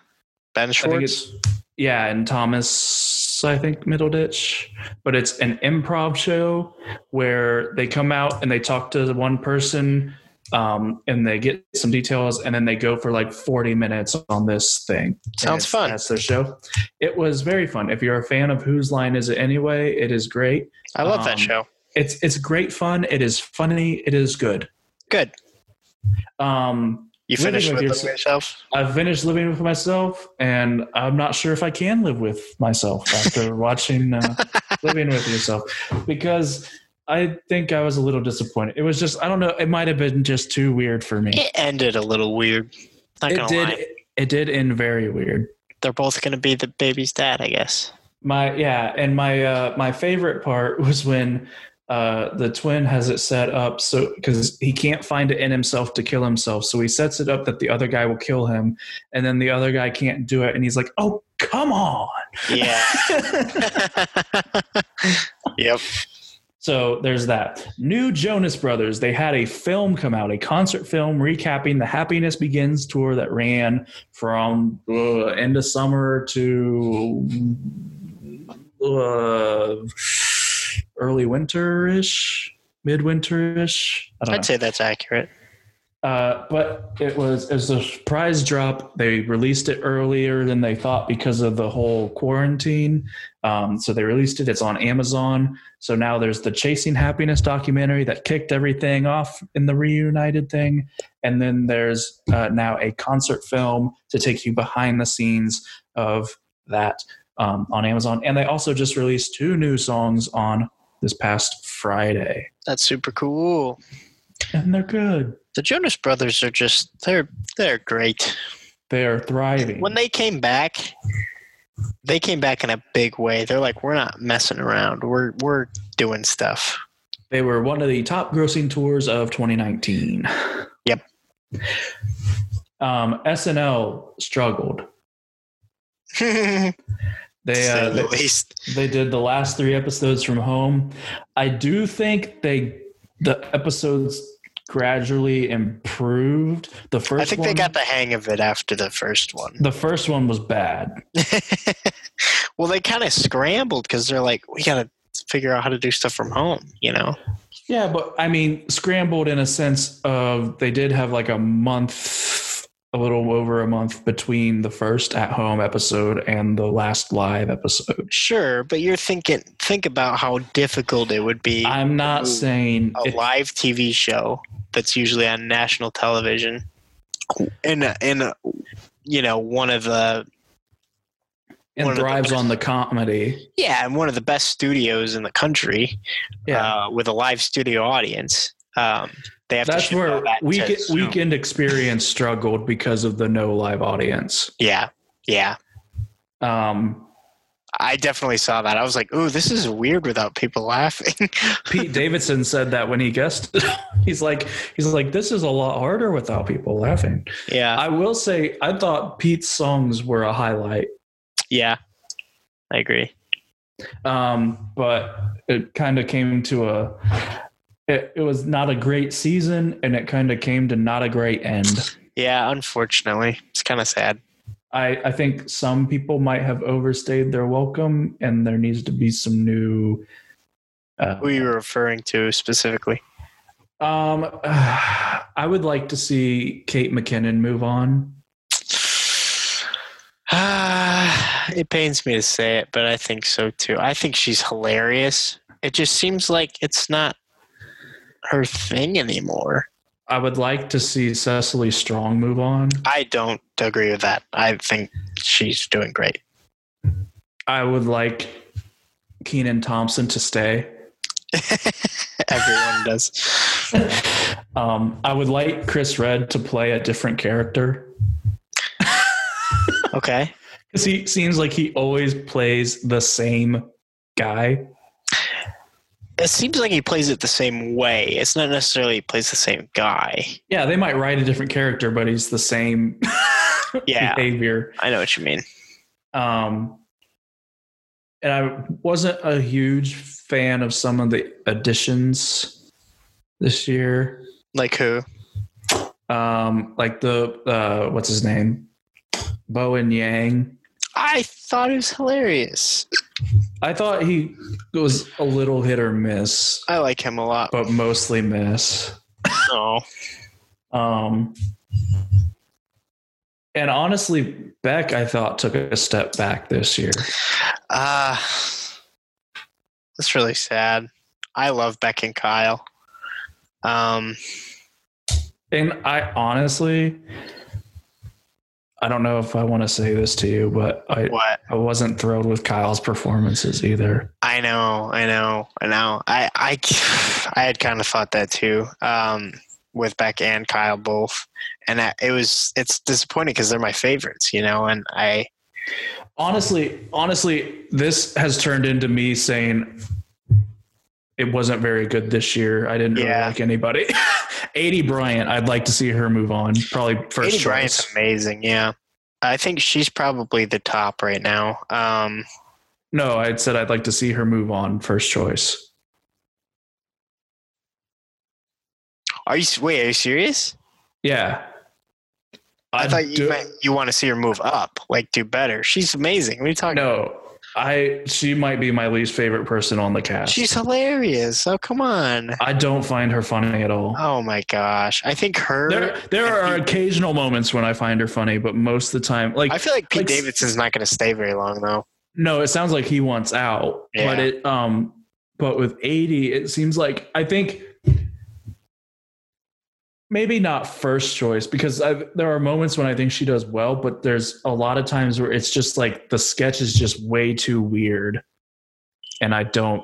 B: ben
A: I think
B: schwartz
A: it's yeah, and Thomas, I think Middleditch. But it's an improv show where they come out and they talk to the one person, um, and they get some details, and then they go for like forty minutes on this thing. And it's-
B: Sounds fun.
A: That's their show. It was very fun. If you're a fan of Whose Line Is It Anyway, it is great.
B: i love that
A: um,
B: show
A: It's it's great fun. It is funny. It is good.
B: good
A: Um,
B: You
A: Living
B: finished
A: with
B: with
A: your-
B: it yourself?
A: I've finished living with myself, and I'm not sure if I can live with myself after watching uh, Living with Yourself because I think I was a little disappointed. It was just I don't know. It might have been just too weird for me.
B: It ended a little weird. Not
A: It
B: gonna
A: did.
B: lie.
A: It did end very weird.
B: They're both gonna be the baby's dad, I guess.
A: My yeah, and my uh, my favorite part was when uh, the twin has it set up so because he can't find it in himself to kill himself, so he sets it up that the other guy will kill him, and then the other guy can't do it, and he's like, "Oh, come on!"
B: Yeah. yep.
A: So there's that. New Jonas Brothers, they had a film come out, a concert film recapping the Happiness Begins tour that ran from uh, end of summer to uh, early winter ish, midwinter ish. I don't know.
B: I'd say that's accurate.
A: Uh, but it was it was a surprise drop. They released it earlier than they thought because of the whole quarantine. Um, so they released it. It's on Amazon. So now there's the Chasing Happiness documentary that kicked everything off in the reunited thing, and then there's uh, now a concert film to take you behind the scenes of that um, on Amazon. And they also just released two new songs on this past Friday,
B: That's super cool.
A: and they're good.
B: The Jonas Brothers are just they're they're great.
A: They are thriving.
B: When they came back, they came back in a big way. They're like, we're not messing around. We're we're doing stuff.
A: They were one of the top grossing tours of 2019.
B: Yep.
A: Um, SNL struggled.
B: yeah,
A: They, uh, they
B: at least.
A: they did the last three episodes from home. I do think they the episodes gradually improved. The first
B: I think
A: one,
B: they got the hang of it after the first one.
A: the first one was bad.
B: well, they kind of scrambled because they're like, we gotta figure out how to do stuff from home. You know?
A: Yeah, but I mean, scrambled in a sense of they did have like a month, a little over a month between the first at home episode and the last live episode.
B: Sure, but you're thinking think about how difficult it would be
A: I'm not
B: Ooh.
A: saying
B: a
A: it-
B: live TV show that's usually on national television in a, in a, you know one of the
A: it
B: one of the
A: thrives
B: best-
A: on the comedy.
B: yeah and one of the best studios in the country
A: Yeah,
B: uh, with a live studio audience. Um, they have to
A: that's
B: shift all
A: where
B: that
A: week,
B: to Zoom.
A: weekend experience struggled because of the no live audience.
B: yeah yeah
A: Um,
B: I definitely saw that. I was like, "Ooh, this is weird without people laughing."
A: Pete Davidson said that when he guessed, he's like, he's like, this is a lot harder without people laughing.
B: yeah,
A: I will say, I thought Pete's songs were a highlight.
B: yeah, I agree.
A: um, but it kind of came to a it, it was not a great season and it kind of came to not a great end
B: Yeah, unfortunately, it's kind of sad.
A: I, I think some people might have overstayed their welcome and there needs to be some new uh,
B: Who you were referring to specifically?
A: um i would like to see kate mckinnon move on
B: Ah, it pains me to say it, but I think so too. I think she's hilarious. It just seems like it's not her thing anymore.
A: i would like to see cecily strong move on
B: I don't agree with that. I think she's doing great.
A: i would like keenan thompson to stay
B: Everyone does.
A: Um, I would like Chris Red to play a different character
B: Okay.
A: because he seems like he always plays the same guy.
B: It seems like he plays it the same way. It's not necessarily he plays the same guy.
A: Yeah, they might write a different character, but he's the same
B: Yeah.
A: behavior.
B: I know what you mean.
A: Um, and I wasn't a huge fan of some of the additions this year.
B: Like who?
A: Um, like the uh, what's his name, Bowen Yang.
B: I thought it was hilarious.
A: I thought he was a little hit or miss,
B: I like him a lot.
A: but mostly miss.
B: Oh.
A: Um, and honestly, Beck, I thought took a step back this year.
B: Ah, that's really sad. I love Beck and Kyle. Um,
A: And I honestly, I don't know if I want to say this to you, but I
B: What?
A: I wasn't thrilled with Kyle's performances either.
B: I know, I know, I know. I I I had kind of thought that too. Um, with Beck and Kyle both, and I, it was it's disappointing because they're my favorites, you know. And I
A: Honestly, honestly, this has turned into me saying it wasn't very good this year. I didn't really
B: Yeah.
A: like anybody. 80 Bryant, I'd like to see her move on. Probably first
B: Katie
A: choice.
B: Bryant's amazing. Yeah, I think she's probably the top right now. Um,
A: No, I said I'd like to see her move on first choice.
B: are you s- wait? Are you serious?
A: Yeah.
B: I,
A: I'd
B: thought you
A: do-
B: meant you want to see her move up, like do better. She's amazing. What are you talking?
A: No, I she might be my least favorite person on the
B: about?
A: cast.
B: She's hilarious. Oh come on.
A: I don't find her funny at all.
B: Oh my gosh. I think her.
A: There, there are occasional moments when I find her funny, but most of the time, like
B: I feel like Pete
A: like-
B: Davidson's not going to stay very long though.
A: no, it sounds like he wants out.
B: Yeah.
A: But it, um, but with eighty, it seems like I think maybe not first choice because I've, there are moments when I think she does well, but there's a lot of times where it's just like the sketch is just way too weird, and I don't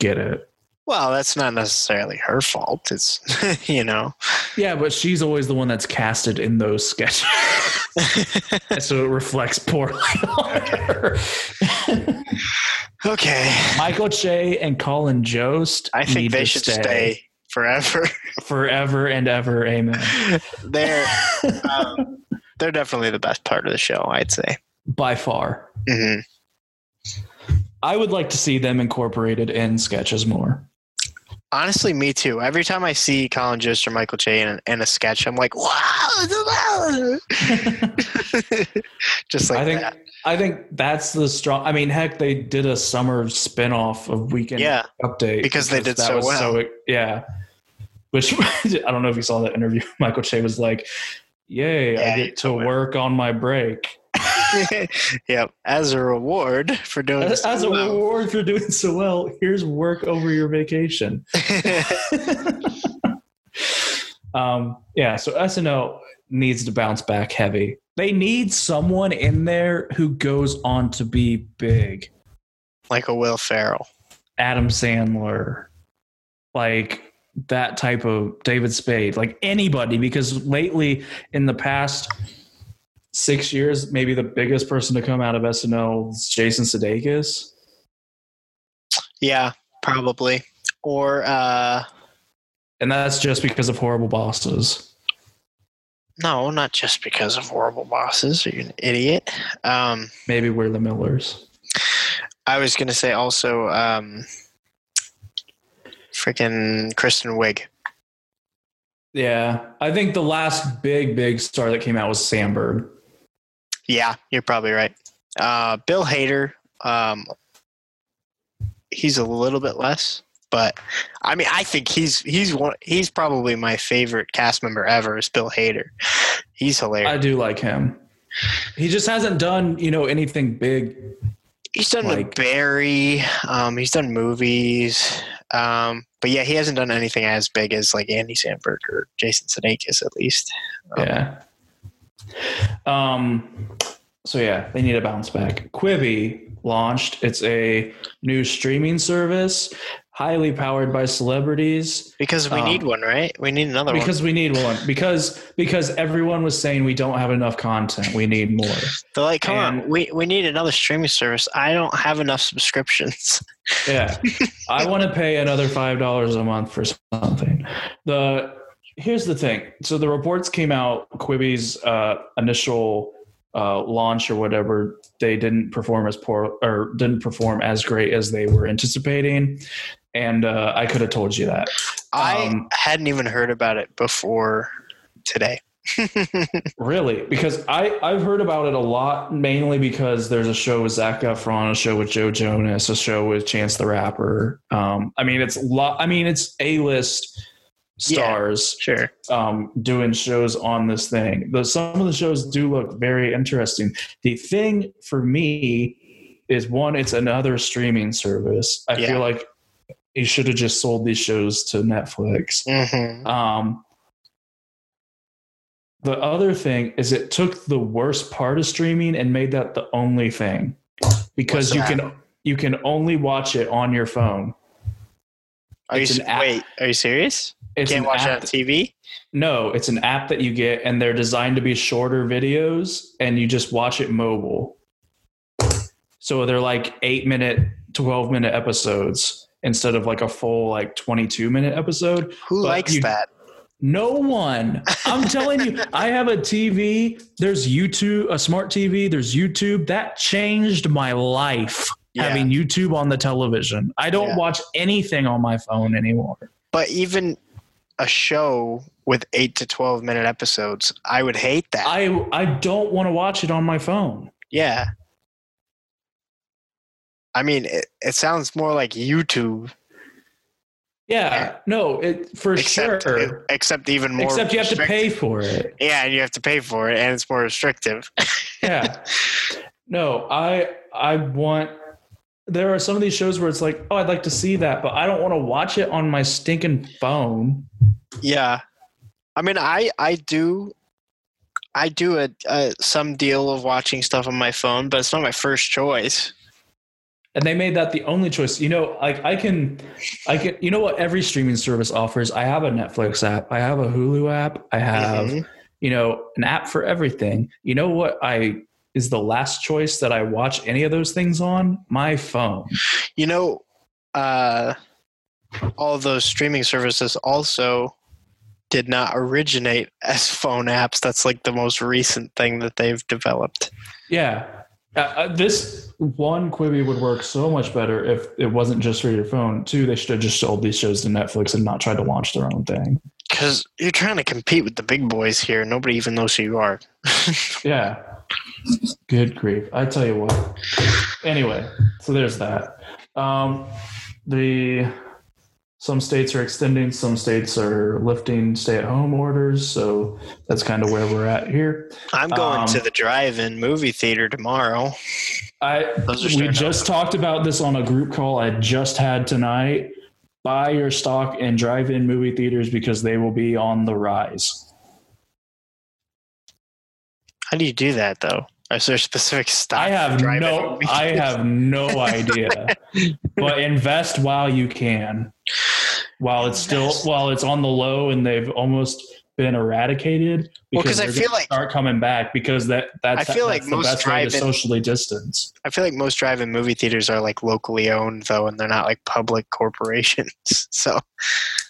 A: get it.
B: Well, that's not necessarily her fault. It's you know.
A: Yeah, but she's always the one that's casted in those sketches. And so it reflects poorly on her.
B: okay.
A: Michael Che and Colin Jost.
B: I think
A: need
B: they
A: to
B: should stay forever.
A: forever and ever. Amen.
B: they're um, they're definitely the best part of the show, I'd say.
A: By far.
B: hmm
A: I would like to see them incorporated in sketches more.
B: Honestly, me too. Every time I see Colin Jost or Michael Che in, in a sketch, I'm like, wow, just like
A: I think
B: that.
A: I think that's the strong I mean, heck, they did a summer spinoff of weekend
B: Yeah,
A: update
B: Because they did so
A: was e-,
B: well.
A: yeah. Which I don't know if you saw that interview. Michael Che was like, "Yay,
B: Yeah,
A: I
B: you
A: get to
B: win.
A: work on my break
B: yep. As a reward for doing
A: as,
B: this,
A: as a reward for doing so well. Here's work over your vacation." um, yeah, so SNL needs to bounce back heavy. They need someone in there who goes on to be big.
B: like a Will Ferrell.
A: Adam Sandler, like that type of David Spade, like anybody, because lately in the past six years, maybe the biggest person to come out of SNL is Jason Sudeikis.
B: Yeah, probably. Or uh
A: And that's just because of horrible bosses.
B: no, not just because of horrible bosses. Are you an idiot? Um
A: Maybe we're the Millers.
B: I was gonna say also um freaking Kristen Wiig.
A: Yeah. I think the last big, big star that came out was Sandberg.
B: Yeah, you're probably right. Uh Bill Hader, um he's a little bit less, but I mean I think he's he's one he's probably my favorite cast member ever is Bill Hader. He's hilarious.
A: I do like him. He just hasn't done, you know, anything big.
B: He's done
A: like-
B: like, Barry. Um, he's done movies. Um, but yeah, he hasn't done anything as big as like Andy Samberg or Jason Sudeikis, at least.
A: Yeah. Um so yeah, they need a bounce back. Quibi launched. It's a new streaming service, highly powered by celebrities.
B: Because we
A: Um,
B: need one, right? We need another one.
A: Because we need one. Because because everyone was saying we don't have enough content. We need more.
B: They're like, come on,
A: and-
B: we, we need another streaming service. I don't have enough subscriptions.
A: Yeah. I want to pay another five dollars a month for something. The here's the thing. So the reports came out Quibi's uh, initial uh, launch or whatever, they didn't perform as poor or didn't perform as great as they were anticipating. And uh, I could have told you that.
B: I
A: Um,
B: hadn't even heard about it before today.
A: Really, because I I've heard about it a lot, mainly because there's a show with Zach Efron, a show with Joe Jonas, a show with Chance the Rapper. Um, I mean, it's a lot. I mean, it's A list
B: Yeah.
A: stars
B: Sure.
A: um, doing shows on this thing. Though some of the shows do look very interesting. The thing for me is one, it's another streaming service. I
B: Yeah.
A: feel like
B: Mm-hmm.
A: you should have just sold these shows to Netflix.
B: hmm
A: Um, the other thing is it took the worst part of streaming and made that the only thing because
B: What's
A: you
B: that?
A: can you can only watch it on your phone.
B: Are you
A: It's
B: s-
A: an app.
B: wait? Are you serious?
A: It's
B: Can't
A: an
B: watch it
A: app
B: on TV.
A: No, it's an app that you get, and they're designed to be shorter videos, and you just watch it mobile. So they're like eight minute, 12 minute episodes instead of like a full, like 22 minute episode.
B: Who
A: But
B: likes
A: you-
B: that?
A: No one. I'm telling you, I have a TV. There's YouTube, a smart TV. There's YouTube. That changed my life.
B: Yeah.
A: Having YouTube on the television. I don't
B: Yeah.
A: watch anything on my phone anymore.
B: But even a show with eight to twelve minute episodes, I would hate that.
A: I I don't want to watch it on my phone.
B: yeah. I mean, it, it sounds more like YouTube,
A: Yeah, no, it for
B: except e,
A: sure.
B: except even more.
A: Except you have to
B: restrict-
A: pay for it.
B: Yeah, and you have to pay for it, and it's more restrictive.
A: Yeah. no, I I want there are some of these shows where it's like, oh, I'd like to see that, but I don't want to watch it on my stinking phone.
B: Yeah, I mean, I I do, I do a, a some deal of watching stuff on my phone, but it's not my first choice.
A: And they made that the only choice. You know, like I can I can you know what every streaming service offers? I have a Netflix app, I have a Hulu app, I have
B: Mhm.
A: you know, an app for everything. You know what I is the last choice that I watch any of those things on? My phone.
B: You know, uh, all those streaming services also did not originate as phone apps. That's like the most recent thing that they've developed.
A: Yeah. Uh, uh, this one Quibi would work so much better if it wasn't just for your phone. Two, they should have just sold these shows to Netflix and not tried to launch their own thing.
B: Because you're trying to compete with the big boys here. Nobody even knows who you are.
A: Yeah. Good grief. I tell you what. Anyway, so there's that. Um, the some states are extending, some states are lifting stay-at-home orders, so that's kind of where we're at here.
B: I'm going
A: Um,
B: to the drive-in movie theater tomorrow.
A: I
B: Those are
A: we
B: starting
A: just talked about this on a group call I just had tonight. Buy your stock and drive in movie theaters because they will be on the rise.
B: How do you do that though? Is there specific stock?
A: I have
B: drive-in
A: no
B: movies?
A: I have no idea. but invest while you can. While it's still
B: Invest.
A: while it's on the low and they've almost been eradicated
B: Well, 'cause I
A: they're
B: feel
A: gonna
B: like-
A: start coming back because that that's,
B: I feel
A: that's
B: like
A: the
B: most
A: best way to
B: drive-in-
A: socially distance.
B: I feel like most drive-in movie theaters are like locally owned though, and they're not like public corporations. So,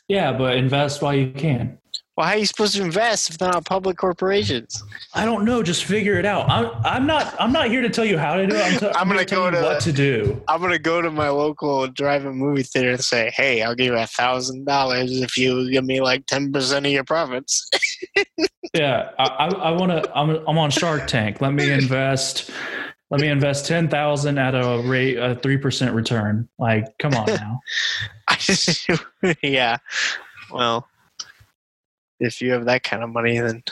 A: Yeah, but invest while you can.
B: well, how are you supposed to invest if they're not public corporations?
A: I don't know. Just figure it out. I'm I'm not I'm not here to tell you how to do it. I'm, t-
B: I'm gonna
A: here tell
B: go
A: you
B: to-
A: what to do.
B: I'm gonna go to my local drive-in movie theater and say, "Hey, I'll give you a thousand dollars if you give me like ten percent of your profits."
A: Yeah, I I, I want to. I'm I'm on Shark Tank. Let me invest. Let me invest ten thousand at a rate a three percent return. Like, come on now.
B: I just- yeah. Well, if you have that kind of money, then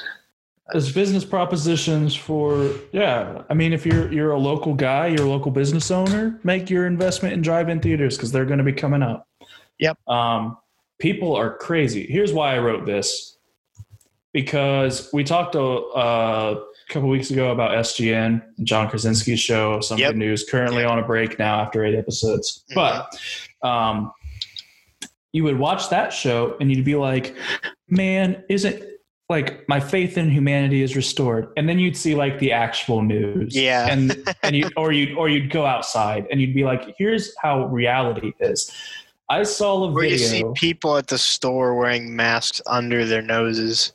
A: There's business propositions for yeah. I mean, if you're you're a local guy, you're a local business owner, make your investment in drive-in theaters because they're going to be coming up.
B: Yep.
A: Um, people are crazy. Here's why I wrote this because we talked a, a couple weeks ago about SGN, John Krasinski's show, some
B: Yep. Mm-hmm.
A: good news. Currently on a break now after eight episodes, but um, you would watch that show and you'd be like, man, isn't like my faith in humanity is restored and then you'd see like the actual news
B: Yeah.
A: and and you or you would or you'd go outside and you'd be like here's how reality is i saw a
B: where you see
A: video
B: people at the store wearing masks under their noses.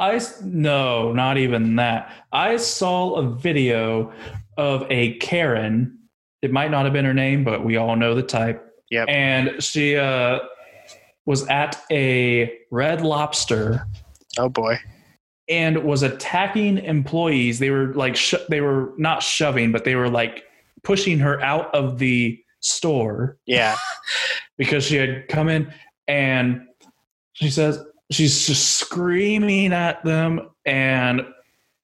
A: i s- no not even that i saw a video of a karen it might not have been her name but we all know the type
B: Yep.
A: and she uh was at a red lobster
B: Oh boy.
A: and was attacking employees. They were like sho they were not shoving, but they were like pushing her out of the store
B: Yeah.
A: because she had come in and she says she's just screaming at them and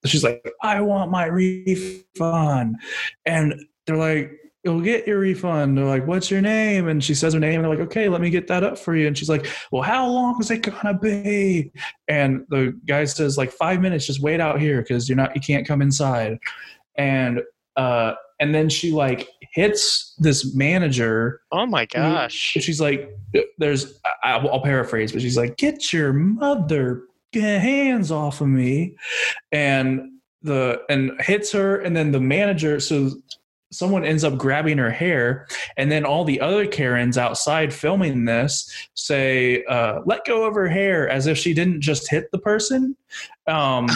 A: she's like I want my refund and they're like go get your refund. They're like, what's your name? And she says her name. And they're like, okay, let me get that up for you. And she's like, well, how long is it gonna be? And the guy says like five minutes. Just wait out here because you're not you can't come inside. And uh, and then she like hits this manager.
B: Oh my gosh.
A: And she's like, there's I, I'll paraphrase, but she's like, get your mother hands off of me, and the and hits her and then the manager so someone ends up grabbing her hair and then all the other karens outside filming this say uh, let go of her hair as if she didn't just hit the person um,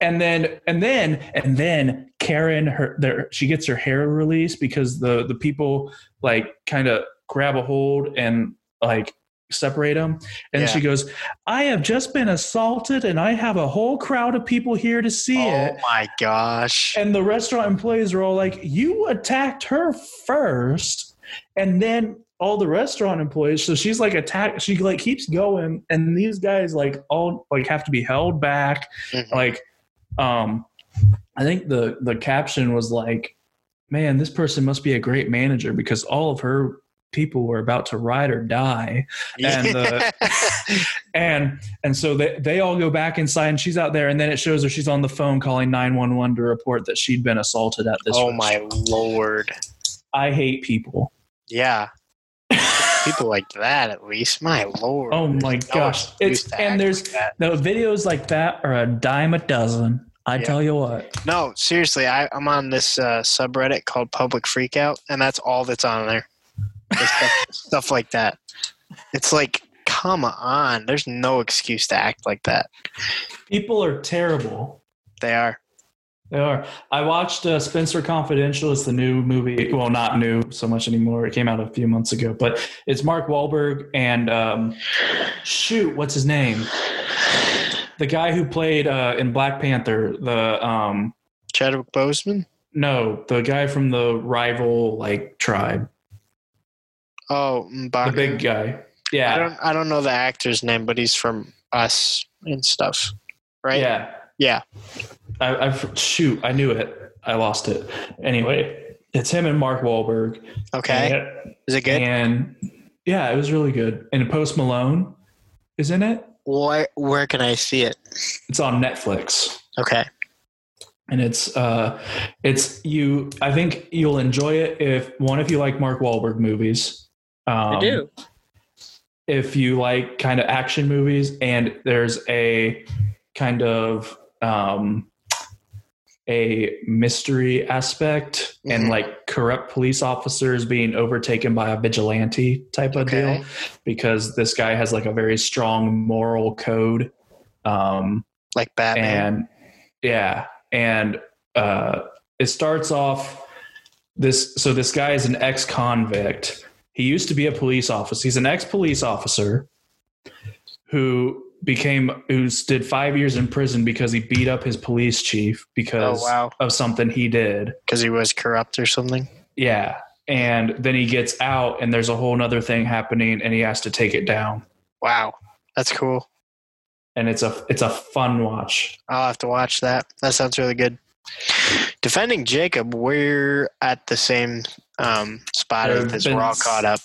A: and then and then and then karen her there she gets her hair released because the the people like kind of grab a hold and like separate them. And yeah. she goes, I have just been assaulted and I have a whole crowd of people here to see
B: oh
A: it.
B: Oh my gosh.
A: And the restaurant employees are all like, You attacked her first. And then all the restaurant employees, so she's like attack she like keeps going and these guys like all like have to be held back. Mm-hmm. Like um I think the the caption was like, Man, this person must be a great manager because all of her people were about to ride or die and uh, and and so they, they all go back inside and she's out there and then it shows her she's on the phone calling 911 to report that she'd been assaulted at this
B: oh restaurant. my lord
A: i hate people
B: yeah people like that at least my lord
A: oh my no gosh it's and there's like the videos like that are a dime a dozen I yeah. tell you what.
B: No, seriously, I, I'm on this uh, subreddit called Public Freakout, and that's all that's on there. Stuff, stuff, like that. It's like, come on. There's no excuse to act like that.
A: People are terrible.
B: They are.
A: They are. I watched uh, Spencer Confidential. It's the new movie. Well, not new so much anymore. It came out a few months ago, but it's Mark Wahlberg and um, shoot, what's his name? The guy who played uh, in Black Panther, the um,
B: Chadwick Boseman.
A: No, the guy from the rival like tribe.
B: Oh, Mbaka.
A: the big guy. Yeah,
B: I don't I don't know the actor's name, but he's from Us and stuff, right?
A: Yeah,
B: yeah.
A: I, I shoot, I knew it. I lost it. Anyway, it's him and Mark Wahlberg.
B: Okay, and, is it good?
A: And yeah, it was really good. And Post Malone is in it.
B: Where Where can I see it?
A: It's on Netflix.
B: Okay
A: and it's uh it's you I think you'll enjoy it if one if you like Mark Wahlberg movies.
B: Um, I do.
A: If you like kind of action movies and there's a kind of um a mystery aspect mm-hmm. and like corrupt police officers being overtaken by a vigilante type of okay. deal because this guy has like a very strong moral code um
B: like Batman
A: and yeah and uh, it starts off this so this guy is an ex-convict he used to be a police officer he's an ex-police officer who became who did five years in prison because he beat up his police chief because
B: oh, wow.
A: of something he did
B: because he was corrupt or something
A: yeah and then he gets out and there's a whole nother thing happening and he has to take it down
B: wow that's cool
A: and it's a it's a fun watch.
B: I'll have to watch that. That sounds really good. Defending Jacob, we're at the same um, spot as this. We're all caught up.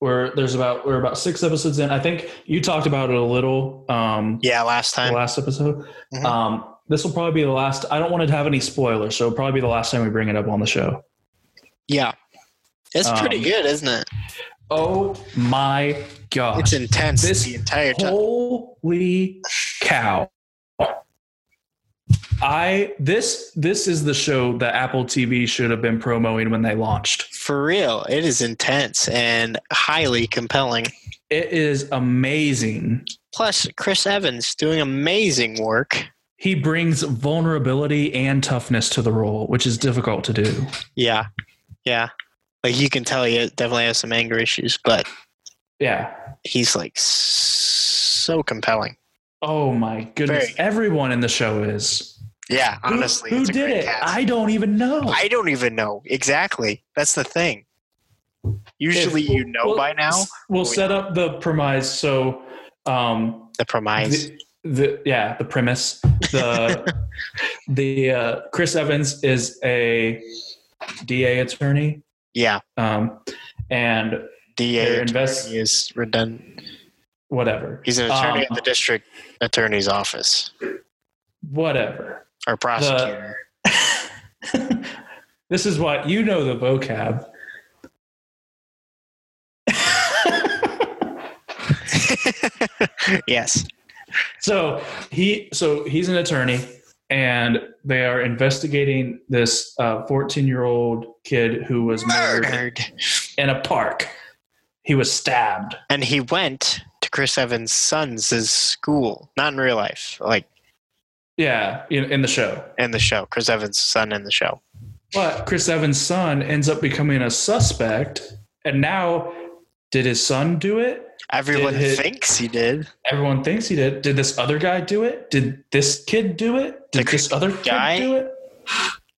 A: We're there's about we're about six episodes in. I think you talked about it a little. Um,
B: yeah, last time,
A: last episode. Mm-hmm. Um, this will probably be the last. I don't want to have any spoilers, so it'll probably be the last time we bring it up on the show.
B: Yeah, it's
A: Um,
B: pretty good, isn't it?
A: Oh my god.
B: It's intense this the entire time.
A: Holy cow. I this this is the show that Apple TV should have been promoting when they launched.
B: For real. It is intense and highly compelling.
A: It is amazing.
B: Plus Chris Evans doing amazing work.
A: He brings vulnerability and toughness to the role, which is difficult to do.
B: Yeah. Yeah like you can tell he definitely has some anger issues, but
A: yeah,
B: he's like so compelling.
A: Oh my goodness! Very. Everyone in the show is.
B: Yeah, honestly,
A: who, who did it? Cast. I don't even know.
B: I don't even know exactly. That's the thing. Usually, if, you know
A: we'll,
B: by now.
A: We'll we set know. up the premise. So, um,
B: the premise.
A: The, the yeah, the premise. The the uh, Chris Evans is a DA attorney.
B: Yeah,
A: Um, and
B: DA
A: They're
B: attorney
A: invest-
B: is redundant.
A: whatever.
B: He's an attorney
A: Um,
B: at the district attorney's office
A: Whatever.
B: or prosecutor.
A: this is what you know the vocab.
B: yes.
A: So he so he's an attorney and they are investigating this 14 year old kid who was murdered
B: Murdered.
A: in a park. He was stabbed.
B: And he went to Chris Evans' son's school, not in real life, like
A: Yeah, in, in the show.
B: in the show. Chris Evans' son in the show.
A: But Chris Evans' son ends up becoming a suspect. And now, did his son do it?
B: Everyone
A: his-
B: thinks he did.
A: Everyone thinks he did. Did this other guy do it? Did this kid do it? Did
B: The
A: this other
B: guy?
A: kid do it?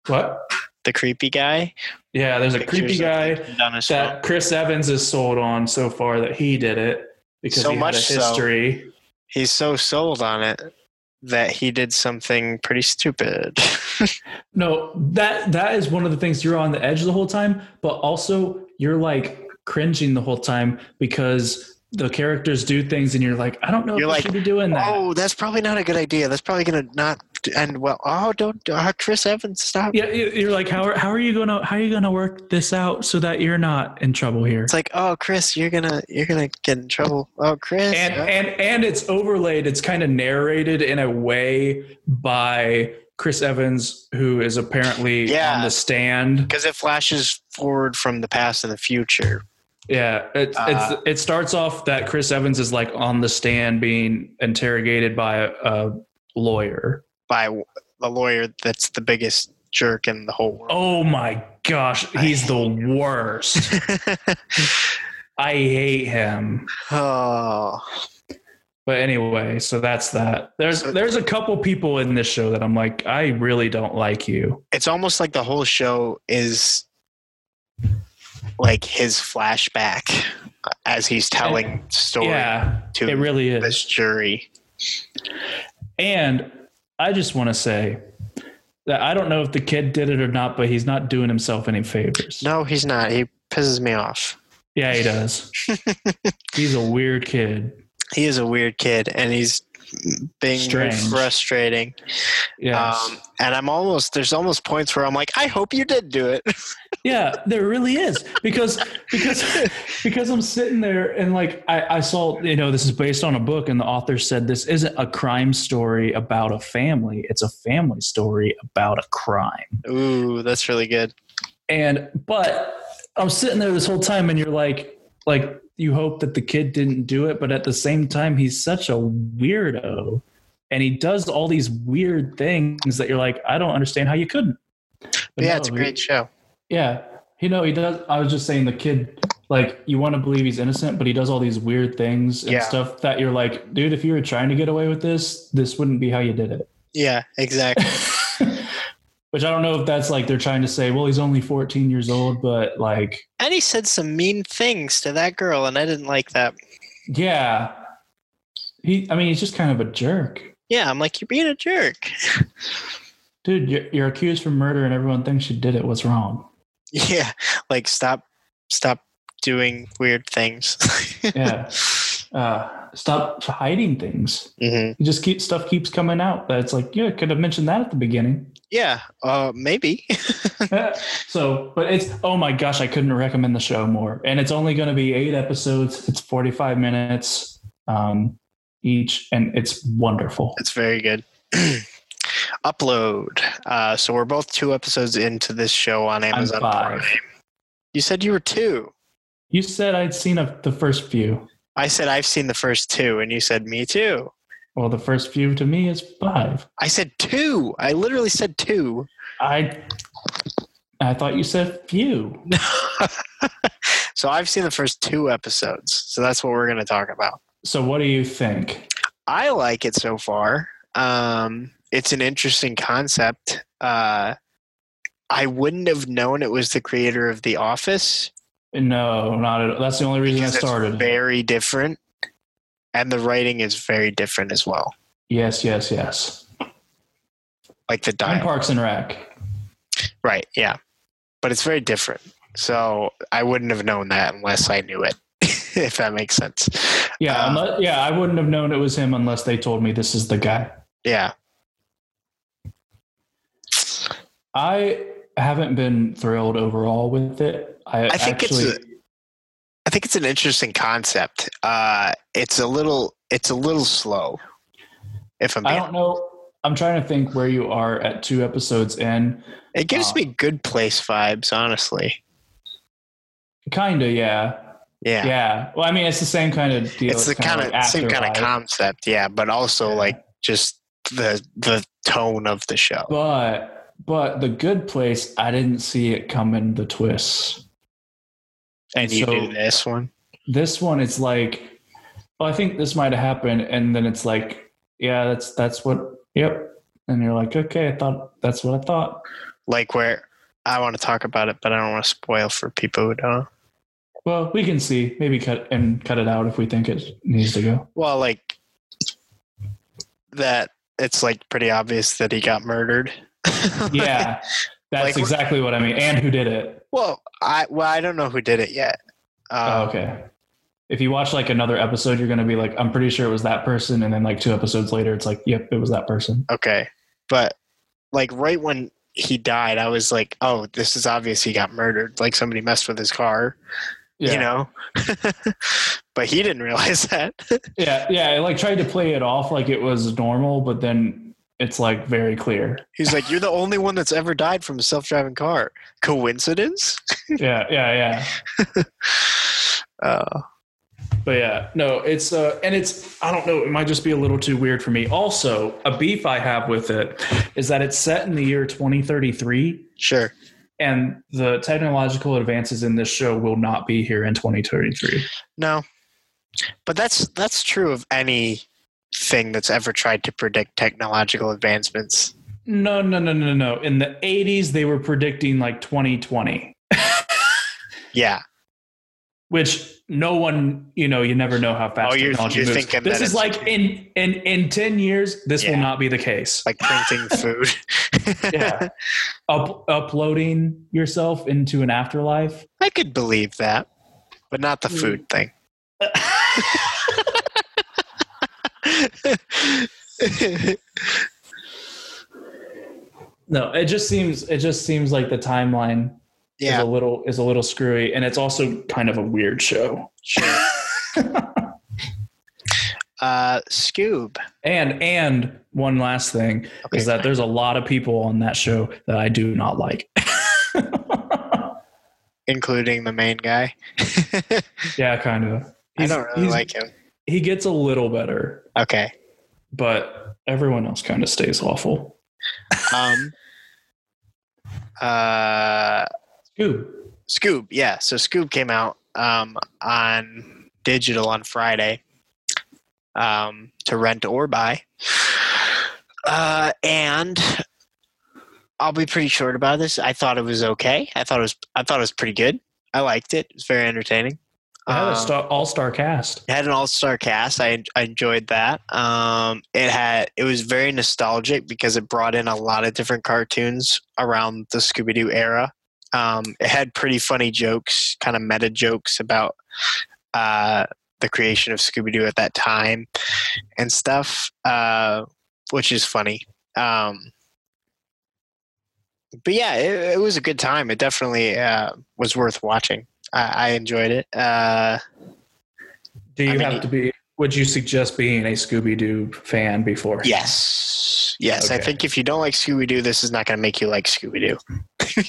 A: What?
B: The creepy guy.
A: Yeah, there's a
B: Pictures
A: creepy
B: of
A: guy
B: him on his phone.
A: that Chris Evans is sold on so far that he did it because
B: So
A: he
B: much
A: had
B: so.
A: a history.
B: He's so sold on it that he did something pretty stupid.
A: No, that that is one of the things you're on the edge the whole time, but also you're like cringing the whole time because the characters do things and you're like, I don't know
B: You're
A: if I
B: like,
A: should be doing that.
B: oh, that's probably not a good idea. That's probably going to not end well. Oh, don't, oh, Chris Evans, stop.
A: Yeah, you- you're like, how are, how are you gonna how are you gonna work this out so that you're not in trouble here?
B: It's like, oh, Chris, you're gonna, you're gonna get in trouble. Oh, Chris.
A: and
B: oh.
A: and and it's overlaid it's kind of narrated in a way by chris evans who is apparently
B: Yeah.
A: on the stand
B: because it flashes forward from the past and the future.
A: yeah it,
B: Uh,
A: it's, it starts off that chris evans is like on the stand being interrogated by a, a lawyer
B: by the lawyer that's the biggest jerk in the whole world.
A: oh my gosh he's the worst i hate him
B: Oh,
A: but anyway so that's that there's there's a couple people in this show that i'm like i really don't like you
B: it's almost like the whole show is like his flashback as he's telling story
A: yeah
B: to
A: it really is
B: this jury.
A: And I just want to say that I don't know if the kid did it or not, but he's not doing himself any favors.
B: No, he's not. He pisses me off.
A: Yeah, he does. he's a weird kid.
B: He is a weird kid, and he's being very
A: Strange.
B: frustrating.
A: Yes.
B: Um, and I'm almost there's almost points where I'm like, I hope you did do it.
A: yeah, there really is because because because I'm sitting there and like I, I saw you know this is based on a book and the author said this isn't a crime story about a family it's a family story about a crime.
B: Ooh, that's really good.
A: And but I'm sitting there this whole time, and you're like, like you hope that the kid didn't do it, but at the same time, he's such a weirdo, and he does all these weird things that you're like, I don't understand how you couldn't. But
B: yeah,
A: no,
B: it's a
A: he-
B: great show.
A: yeah, you know, he does. I was just saying, the kid, like, you want to believe he's innocent, but he does all these weird things and
B: Yeah.
A: stuff that you're like, dude, if you were trying to get away with this, this wouldn't be how you did it.
B: Yeah, exactly.
A: Which I don't know if that's like they're trying to say, well, he's only 14 years old, but like,
B: And he said some mean things to that girl, and I didn't like that.
A: yeah. He, I mean, he's just kind of a jerk.
B: Yeah, I'm like, you're being a jerk.
A: Dude, you're, you're accused for murder and everyone thinks you did it. What's wrong?
B: Yeah, like stop, stop doing weird things.
A: Yeah. uh, stop hiding things.
B: hmm
A: You just keep stuff keeps coming out. That's like, yeah, could have mentioned that at the beginning.
B: Yeah, uh, maybe.
A: so, but it's, oh my gosh, I couldn't recommend the show more. And it's only going to be eight episodes. It's 45 minutes um, each, and it's wonderful.
B: It's very good. Upload. Uh, so we're both two episodes into this show on Amazon
A: five.
B: Prime. You said you were two.
A: You said I'd seen a, the first few.
B: I said I've seen the first two, and you said me too.
A: Well, the first few to me is five.
B: I said two. I literally said two.
A: I I thought you said few.
B: so I've seen the first two episodes. So that's what we're going to talk about.
A: So what do you think?
B: I like it so far. Um, it's an interesting concept. Uh, I wouldn't have known it was the creator of The Office.
A: No, not at all. That's the only reason I
B: because it's
A: started.
B: Very different. And the writing is very different as well.
A: yes, yes, yes.
B: Like the
A: And
B: dialogue.
A: Parks and Rec.
B: Right. Yeah. but it's very different. So I wouldn't have known that unless I knew it, if that makes sense.
A: Yeah,
B: Um,
A: unless, yeah, I wouldn't have known it was him unless they told me this is the guy.
B: Yeah.
A: I haven't been thrilled overall with it. I,
B: I think
A: actually,
B: it's a, I think it's an interesting concept. Uh, it's a little it's a little slow. If I'm
A: I
B: being,
A: don't know. I'm trying to think where you are at two episodes in.
B: it gives
A: uh,
B: me good place vibes, honestly.
A: Kinda, yeah.
B: Yeah,
A: Yeah. Well, I mean, it's the same kind of deal.
B: it's the kind of
A: like
B: same kind of
A: Afterlife,
B: concept. Yeah, but also like just the the tone of the show.
A: But but the good place, I didn't see it coming. The twists.
B: and you
A: so-
B: do this one.
A: This one, it's like, oh, I think this might have happened, and then it's like, yeah, that's that's what. Yep. And you're like, okay, I thought that's what I thought.
B: like where I want to talk about it, but I don't want to spoil for people who don't.
A: Well, we can see. Maybe cut and cut it out if we think it needs to go.
B: Well, like that, it's like pretty obvious that he got murdered.
A: Yeah, that's
B: Like-
A: exactly what I mean. And who did it?
B: well, I well I don't know who did it yet.
A: Oh,
B: Um,
A: okay. If you watch like another episode, you're going to be like, I'm pretty sure it was that person. And then like two episodes later, it's like, yep, it was that person.
B: okay, but like right when he died, I was like, oh, this is obvious he got murdered. Like somebody messed with his car,
A: Yeah.
B: you know. but he didn't realize that.
A: Yeah. Yeah. It like tried to play it off like it was normal, but then it's like very clear.
B: He's like, you're the only one that's ever died from a self-driving car. Coincidence?
A: Yeah. Yeah. Yeah.
B: Uh,
A: But yeah, no, it's uh, and it's I don't know, it might just be a little too weird for me. Also, a beef I have with it is that it's set in the year 2033,
B: sure.
A: and the technological advances in this show will not be here in 2033.
B: No. But that's that's true of any thing that's ever tried to predict technological advancements.
A: No, no, no, no, no. In the 80s, they were predicting like 2020,
B: Yeah.
A: which no one, you know, you never know how fast
B: Oh, you're-
A: technology
B: you're
A: moves.
B: thinking
A: this
B: that
A: is
B: it's-
A: like in in in 10 years, this
B: Yeah.
A: will not be the case.
B: Like printing food.
A: yeah, Up, uploading yourself into an afterlife.
B: I could believe that. But not
A: Mm.
B: the food thing.
A: No, it just seems it just seems like the timeline is a
B: yeah.
A: little is a little screwy, and it's also kind of a weird show.
B: Sure. Uh Scoob.
A: And and one last thing
B: Okay.
A: is that there's a lot of people on that show that I do not like.
B: Including the main guy.
A: yeah, kind of.
B: I
A: He's-
B: don't really
A: he's-
B: like him.
A: He gets a little better,
B: Okay.
A: but everyone else kind of stays awful.
B: Um uh
A: Scoob.
B: Scoob, yeah. So Scoob came out um, on digital on Friday um, to rent or buy. Uh, and I'll be pretty short about this. I thought it was okay. I thought it was I thought it was pretty good. I liked it. It was very entertaining.
A: It had
B: Um,
A: a star, all-star cast.
B: it had an all-star cast. I, I enjoyed that. Um, it had it was very nostalgic because it brought in a lot of different cartoons around the Scooby Doo era. Um, it had pretty funny jokes, kind of meta jokes about uh, the creation of Scooby Doo at that time and stuff, uh, which is funny. Um, but yeah, it, it was a good time. It definitely uh, was worth watching. I, I enjoyed it. Uh,
A: Do you
B: mean,
A: have to be? Would you suggest being a Scooby Doo fan before?
B: Yes. Yes. I
A: Okay.
B: think if you don't like Scooby Doo, this is not going to make you like Scooby Doo.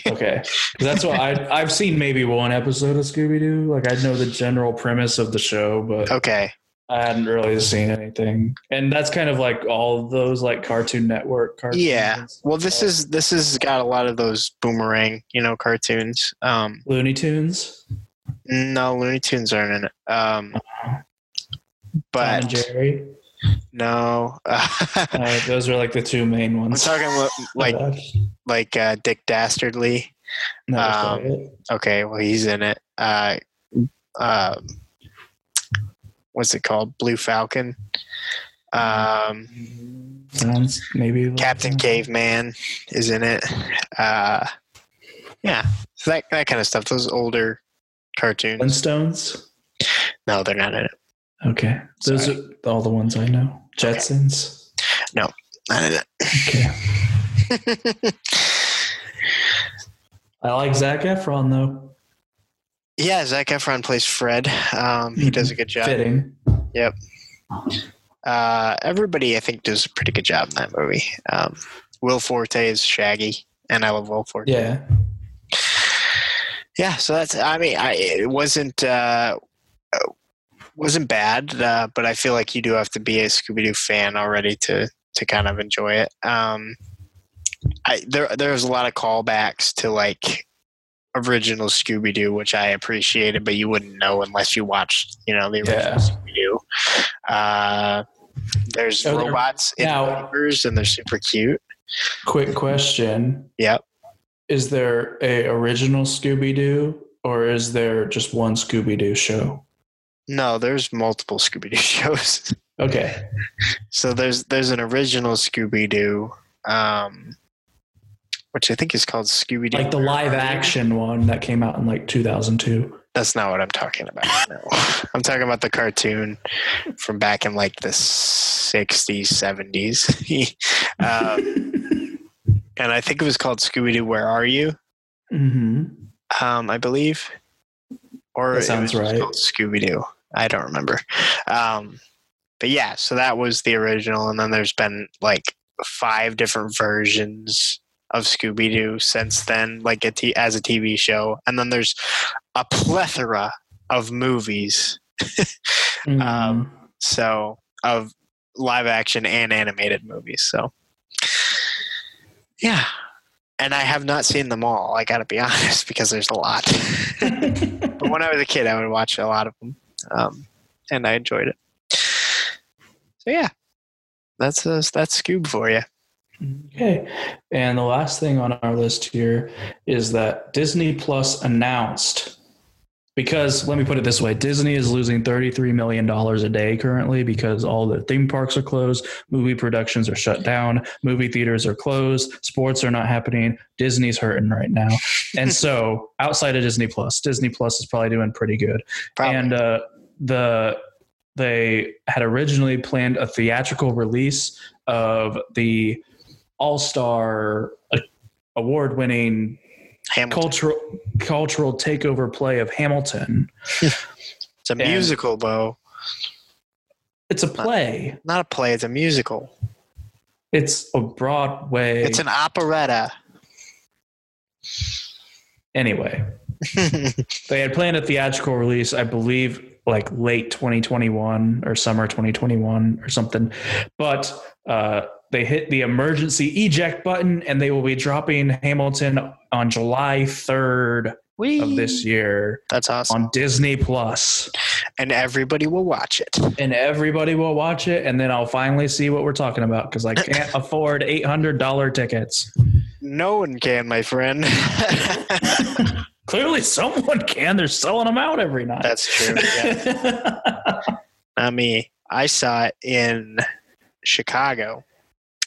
A: Okay, 'Cause that's what I I've seen maybe one episode of Scooby Doo. Like I know the general premise of the show, but
B: Okay.
A: I hadn't really seen anything. And that's kind of like all those like Cartoon Network cartoons.
B: Yeah.
A: and
B: Well, this
A: stuff.
B: is this has got a lot of those boomerang, you know, cartoons. Um,
A: Looney Tunes,
B: no, Looney Tunes aren't in it. Um,
A: Tom and
B: but
A: Jerry.
B: no, I'm
A: Uh, those are like the two main ones.
B: talking lo- like like uh, Dick Dastardly.
A: No, that's
B: um,
A: not it.
B: Okay, well he's in it. Uh, um, what's it called? Blue Falcon. Um,
A: sounds maybe like-
B: Captain Caveman is in it. Uh, yeah, So that that kind of stuff. Those older cartoons.
A: Flintstones.
B: No, they're not in it.
A: Okay, those
B: Sorry.
A: are all the ones I know. Jetsons.
B: Not in
A: Okay.
B: it.
A: I like Zach Efron though.
B: yeah, Zach Efron plays Fred. Um, he does a good job.
A: Fitting.
B: Uh, everybody, I think, does a pretty good job in that movie. Um, Will Forte is Shaggy, and I love Will Forte.
A: Yeah.
B: Yeah, so that's. I mean, I it wasn't uh, uh, wasn't bad, uh, but I feel like you do have to be a Scooby Doo fan already to to kind of enjoy it. Um, I there there's a lot of callbacks to like original Scooby Doo, which I appreciated, but you wouldn't know unless you watched, you know, the original
A: Yeah.
B: Scooby Doo. Uh, there's
A: So they're-
B: robots in
A: now-
B: papers, and they're super cute.
A: Quick question.
B: Yep.
A: Is there a original Scooby Doo or is there just one Scooby Doo show?
B: No, there's multiple Scooby Doo shows.
A: Okay.
B: So there's there's an original Scooby Doo, um, which I think is called Scooby Doo.
A: Like the live action one that came out in like 2002.
B: That's not what I'm talking about. No. I'm talking about the cartoon from back in like the '60s, '70s, um, and I think it was called Scooby Doo. Where are you?
A: hmm
B: Um, I believe, or
A: That
B: it
A: sounds
B: was just
A: right.
B: called Scooby Doo. I don't remember. Um, but yeah, so that was the original, and then there's been like five different versions of Scooby Doo since then, like a t- as a TV show, and then there's a plethora of movies. Um, So of live action and animated movies. So yeah. And I have not seen them all, I gotta be honest, because there's a lot.
A: Mm-hmm.
B: but when I was a kid, I would watch a lot of them, um, and I enjoyed it. So yeah, that's uh, that's Scoob for you.
A: Okay. And the last thing on our list here is that Disney Plus announced because let me put it this way Disney is losing $33 million a day currently because all the theme parks are closed, movie productions are shut down, movie theaters are closed, sports are not happening. Disney's hurting right now. And so outside of Disney Plus, Disney Plus is probably doing pretty good.
B: Probably.
A: And uh, the they had originally planned a theatrical release of the All Star award winning
B: Hamilton.
A: cultural cultural takeover play of Hamilton.
B: It's a
A: and-
B: musical, Bo.
A: It's a play.
B: Not a play. It's a musical.
A: It's a Broadway.
B: It's an operetta.
A: anyway. They had planned a theatrical release, I believe, like late 2021 or summer 2021 or something. But uh, they hit the emergency eject button and they will be dropping Hamilton on July 3rd
B: we.
A: of this year
B: That's awesome.
A: on Disney Plus.
B: And everybody will watch it.
A: And everybody will watch it. And then I'll finally see what we're talking about because I can't afford $800 tickets.
B: No one can, my friend.
A: Clearly, someone can. They're selling them out every night.
B: That's true. Yeah. Not me. I saw it in Chicago.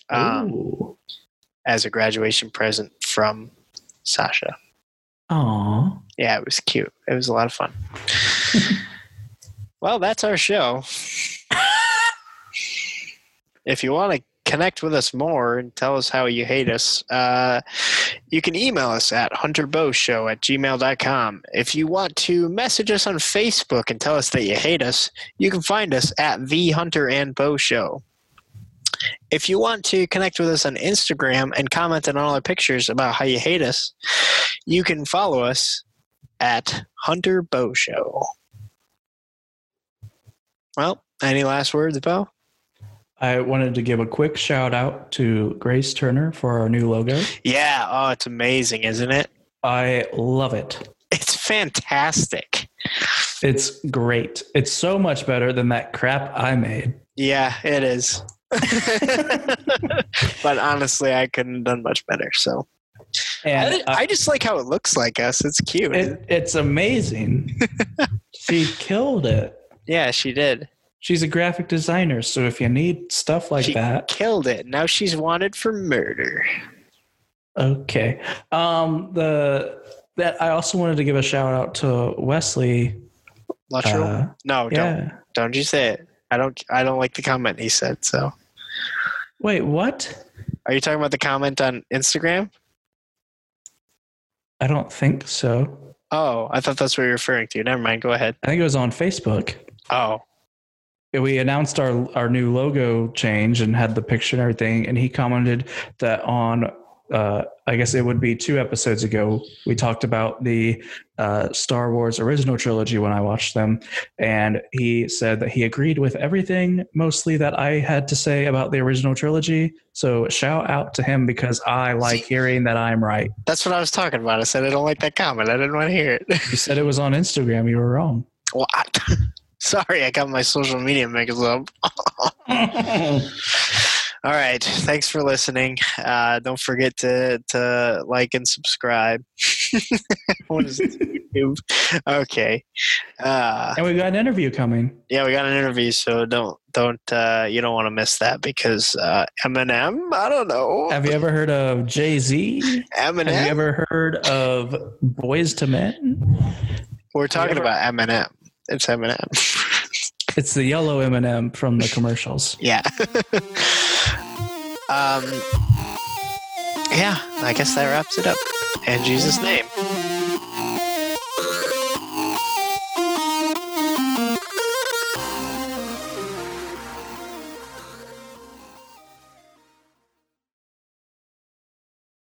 B: Um,
A: Ooh.
B: as a graduation present from Sasha.
A: Aw.
B: Yeah, it was cute. It was a lot of fun. well, that's our show. if you want to connect with us more and tell us how you hate us, uh, you can email us at hunterbowshow at gmail.com. If you want to message us on Facebook and tell us that you hate us, you can find us at The Hunter and Bow Show. If you want to connect with us on Instagram and comment on all our pictures about how you hate us, you can follow us at Hunter Bow Show. Well, any last words, Bo?
A: I wanted to give a quick shout out to Grace Turner for our new logo.
B: Yeah, oh, it's amazing, isn't it?
A: I love it.
B: It's fantastic.
A: It's great. It's so much better than that crap I made.
B: Yeah, it is. but honestly, I couldn't have done much better. So
A: And
B: I,
A: I,
B: I just like how it looks like us. It's cute.
A: uh, it, it's amazing. she killed it.
B: yeah, she did.
A: She's a graphic designer, so if you need stuff like
B: she
A: that,
B: killed it. Now she's wanted for murder.
A: okay. Um, the that I also wanted to give a shout out to Wesley.
B: Luttrell?
A: Uh,
B: no, don't
A: yeah.
B: don't you say it. I don't I don't like the comment he said. So
A: Wait, what?
B: are you talking about the comment on Instagram?
A: I don't think so.
B: Oh, I thought that's what you're referring to. Never mind. Go ahead.
A: I think it was on Facebook.
B: Oh,
A: we announced our our new logo change and had the picture and everything and he commented that on uh, I guess it would be two episodes ago. We talked about the uh, Star Wars original trilogy when I watched them, and he said that he agreed with everything mostly that I had to say about the original trilogy. So shout out to him because I like hearing that I'm right.
B: that's what I was talking about. I said I don't like that comment. I didn't want to hear it.
A: You said it was on Instagram. You were wrong.
B: well, I, sorry, I got my social media mixed up. All right. Thanks for listening. Uh, don't forget to, to like and subscribe. what is it? YouTube? Okay. Uh,
A: and we've got an interview coming.
B: yeah, we got an interview, so don't don't uh, you don't want to miss that because uh, Eminem. I don't know.
A: Have you ever heard of Jay Z? Have
B: Eminem.
A: you ever heard of Boys to Men?
B: We're talking
A: ever-
B: about Eminem. It's Eminem.
A: It's the yellow M&M from the commercials.
B: yeah. um. Yeah, I guess that wraps it up. In Jesus' name.